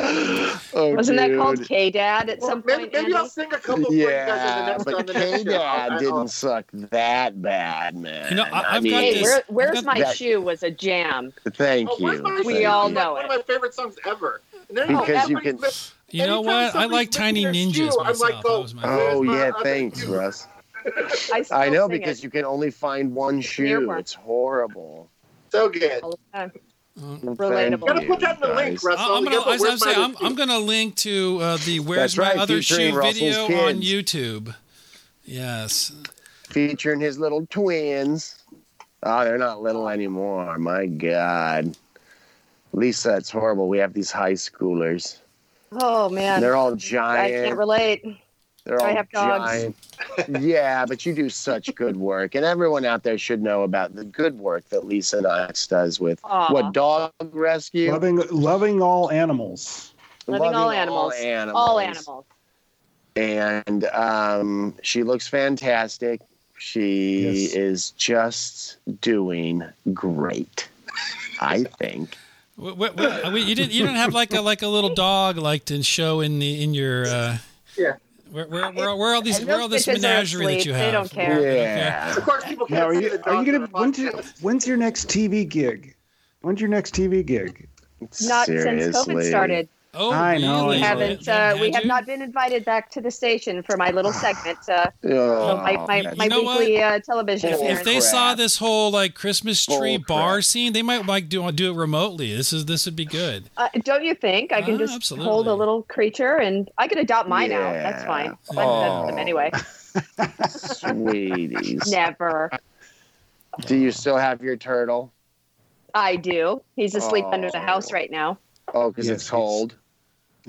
Oh,
Wasn't that
dude.
called K Dad at
Well,
some
maybe
point?
maybe I'll
Andy?
sing a couple for you guys on the
Yeah,
next on
but
the next
K
show. I'll-
Dad
I'll-
didn't suck that bad, man.
You know, I- I've got
mean,
Hey,
this-
where, where's
I've got
my
that-
shoe? Was a jam.
Thank
Oh,
you.
where's my
thank
We
shoe?
you.
all
That's
know
one of
it.
my favorite songs ever. And then
Because you
everybody's
can-
mixed-
You know
Anytime
what? I
somebody's
like Tiny
looking at
Ninjas
you, I'm
myself.
like,
that was my
Oh
Where's my
yeah,
other
thanks,
shoe?
Russ.
I, still
I know
sing
because
it
you can only find one shoe.
Earworm.
It's horrible.
So good.
all the time.
Thank
Relatable.
Gotta put
you,
that in the link,
guys.
Russ.
I- I'm
Yeah,
gonna.
but
I was
where's
gonna say,
my other
I'm,
shoe?
I'm gonna link to uh, the "Where's
That's
My
right,
Other
featuring
Shoe"
Russell's
video on YouTube. Yes.
Featuring his little twins. Oh, they're not little anymore. My God, Lisa, it's horrible. We have these high schoolers.
Oh man,
And they're all
I
giant.
can't relate.
They're all
I have dogs.
giant. yeah, but you do such good work, and everyone out there should know about the good work that Lisa Knox does with
Aw.
what dog rescue,
Loving, loving all animals.
Loving all animals. All animals.
and um, she looks fantastic. She
Yes.
is just doing great. I think.
Wh- wh- wh- wait, you didn't. You didn't have like a like a little dog like to show in the in your. Uh,
Yeah.
Where, where, where, where all these
And
where
those
all this
bitches are
menagerie that
asleep.
you
They
have?
don't care.
Yeah.
Fair.
Of course, people can't
Now, are
see
you,
the
are you
dog
gonna?
on the
When's your,
podcast.
when's your next TV gig? When's your next TV gig?
Not since COVID started.
Oh,
I
really?
know, I
We
know.
haven't.
They
Uh,
had
we have
you?
not been invited back to the station for my little segment. Uh,
Oh,
my my,
You
my
know
weekly uh, television
If, if
appearance.
they
crap.
saw this whole like Christmas tree
Bull
bar
crap.
scene, they might like do do it remotely. This is this would be good.
Uh, don't you think I can
Ah,
just
absolutely.
hold a little creature and I can adopt mine out? That's
Yeah.
fine. I'm
Oh.
done with them anyway.
sweeties.
Never.
Do you still have your turtle?
I do. He's asleep under the
Oh.
house right now.
Oh, because
Yes,
it's cold.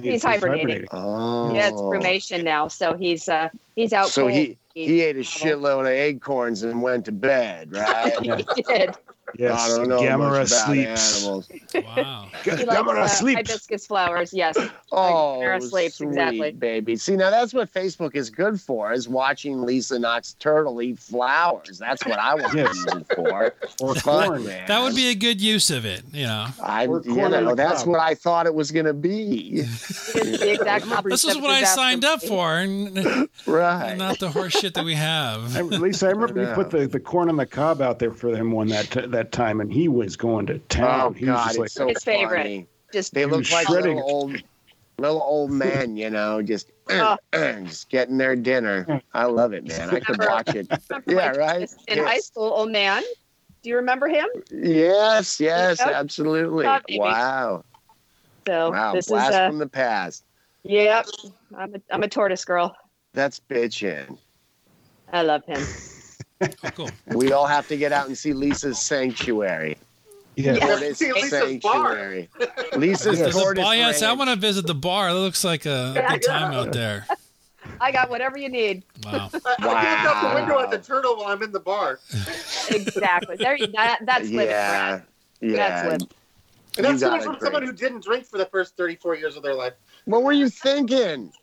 He's hibernating.
Oh,
Yeah, it's cremation now, so he's uh he's out.
So
cold.
he he ate a shitload of acorns and went to bed, right?
He did.
Yes,
I don't know
Gamera
much about
sleeps.
animals.
Wow.
He
Gamera
likes, uh,
sleeps.
hibiscus flowers. Yes.
Oh,
Gamera sleeps,
sweet
exactly.
baby. See, now that's what Facebook is good for is watching Lisa Knox turtle eat flowers. That's what I want to
Yes.
use it for.
Or
But,
corn.
man,
That would be a good use of it. You know,
I,
Or
you
corn on
know,
the
that's
cob.
what I thought it was going to be.
He did the exact opposite
this is
of
what I
disaster
signed up
relief.
for, and
Right.
not the horse shit that we
I,
have.
Lisa, I remember you put the, the corn on the cob out there for him one that that time, and he was going to
oh,
town. he was
God.
just
It's
like,
so
His favorite.
funny.
Just
They
He
look
was
like
shredding
little
it.
old, little old men, you know, just,
Oh.
just getting their dinner. I love it, man. I could
Remember-
watch it.
remember
Yeah,
my
right.
Jesus In high
Yes.
school, old man. Do you remember him?
Yes, yes,
Yep.
absolutely.
Oh, baby.
Wow.
So
Wow.
this
Blast
is uh,
from the past.
yep. I'm a, I'm a tortoise girl.
That's bitchin'.
I love him.
Oh, cool.
We all have to get out and see Lisa's sanctuary.
yeah.
Yeah.
Tortoise
See Lisa's
sanctuary. Lisa's
Yes.
There's a
tortoise.
bar- yes, I
ranch.
want to visit the bar. That looks like a, a good time out there.
I got whatever you need.
Wow.
I, I can look out the window at the
Wow.
turtle while I'm in the bar.
Exactly. There. You, that, that's living.
Yeah.
Brad. That's
Yeah.
living.
And
You
that's coming
got
from
it,
someone
great.
who didn't drink for the first 34 years of their life.
What were you thinking?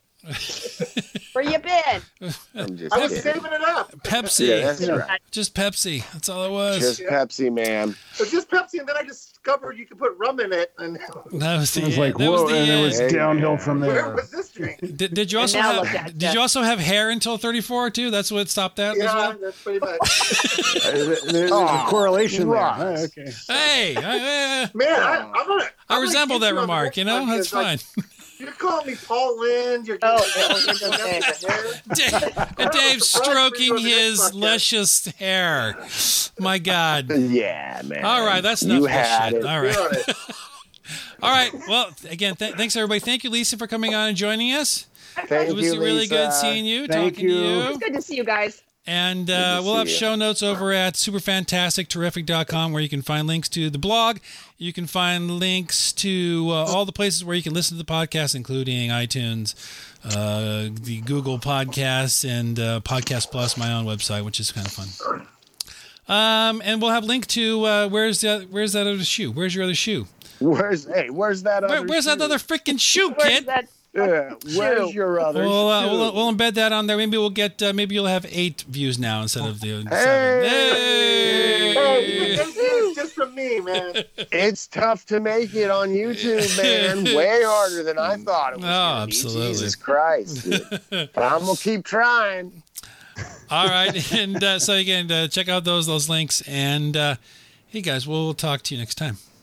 Where you been?
I'm just
I was
kidding.
saving it up.
Pepsi.
Yeah, that's right.
Just Pepsi. That's all it was.
Just Pepsi, man.
It was just Pepsi, and then I discovered you could put rum in it. And
that was the.
It was like,
that
whoa,
was the,
and it
uh,
was
uh,
downhill from
where
there.
was this drink?
Did, did you
And
also
now
have,
look at
did
that.
you also have hair until 34 too? That's what stopped that as
Yeah,
well.
that's pretty much.
There's a
Oh,
correlation there.
right.
Oh, okay.
Hey, I, I-
Man, I, I'm gonna,
I
I'm
resemble
gonna get
that
you on
remark.
this
You know,
one,
that's
'cause, like,
fine.
You're calling me Paul Lynn. You're
Oh,
calling me
okay.
the hair.
Dave,
I'm
Dave
surprised we
stroking
don't do this
his
podcast.
luscious hair. My God.
Yeah, man.
All right, that's enough
you
of this
had
shit.
it.
All
You're
right,
on it.
all right. Well, th- again, th- thanks everybody. Thank you, Lisa, for coming on and joining us.
Thank
it was
you,
really
Lisa.
good seeing you,
Thank
talking
you.
to you.
It's good to see you guys.
And
to
uh, we'll
see
have
you.
show notes over at superfantasticterrific.com where you can find links to the blog. You can find links to uh, all the places where you can listen to the podcast, including iTunes, uh, the Google Podcasts, and uh, Podcast Plus, my own website, which is kind of fun. Um, and we'll have link to uh, where's that? Where's that other shoe? Where's your other shoe?
Where's hey? Where's that other?
Where, where's that
shoe?
other freaking shoe,
Where's
kid?
that?
Yeah, where's your other?
We'll, uh,
shoe?
we'll, we'll embed that on there. Maybe we'll get uh, maybe you'll have eight views now instead of the seven.
Hey!
Hey!
Hey, it's just from me, man.
it's tough to make it on YouTube, man. Way harder than I thought it was.
Oh,
gonna be.
absolutely.
Jesus Christ! but I'm gonna keep trying.
All right, and uh, so again, uh, check out those those links. And uh, hey, guys, we'll talk to you next time.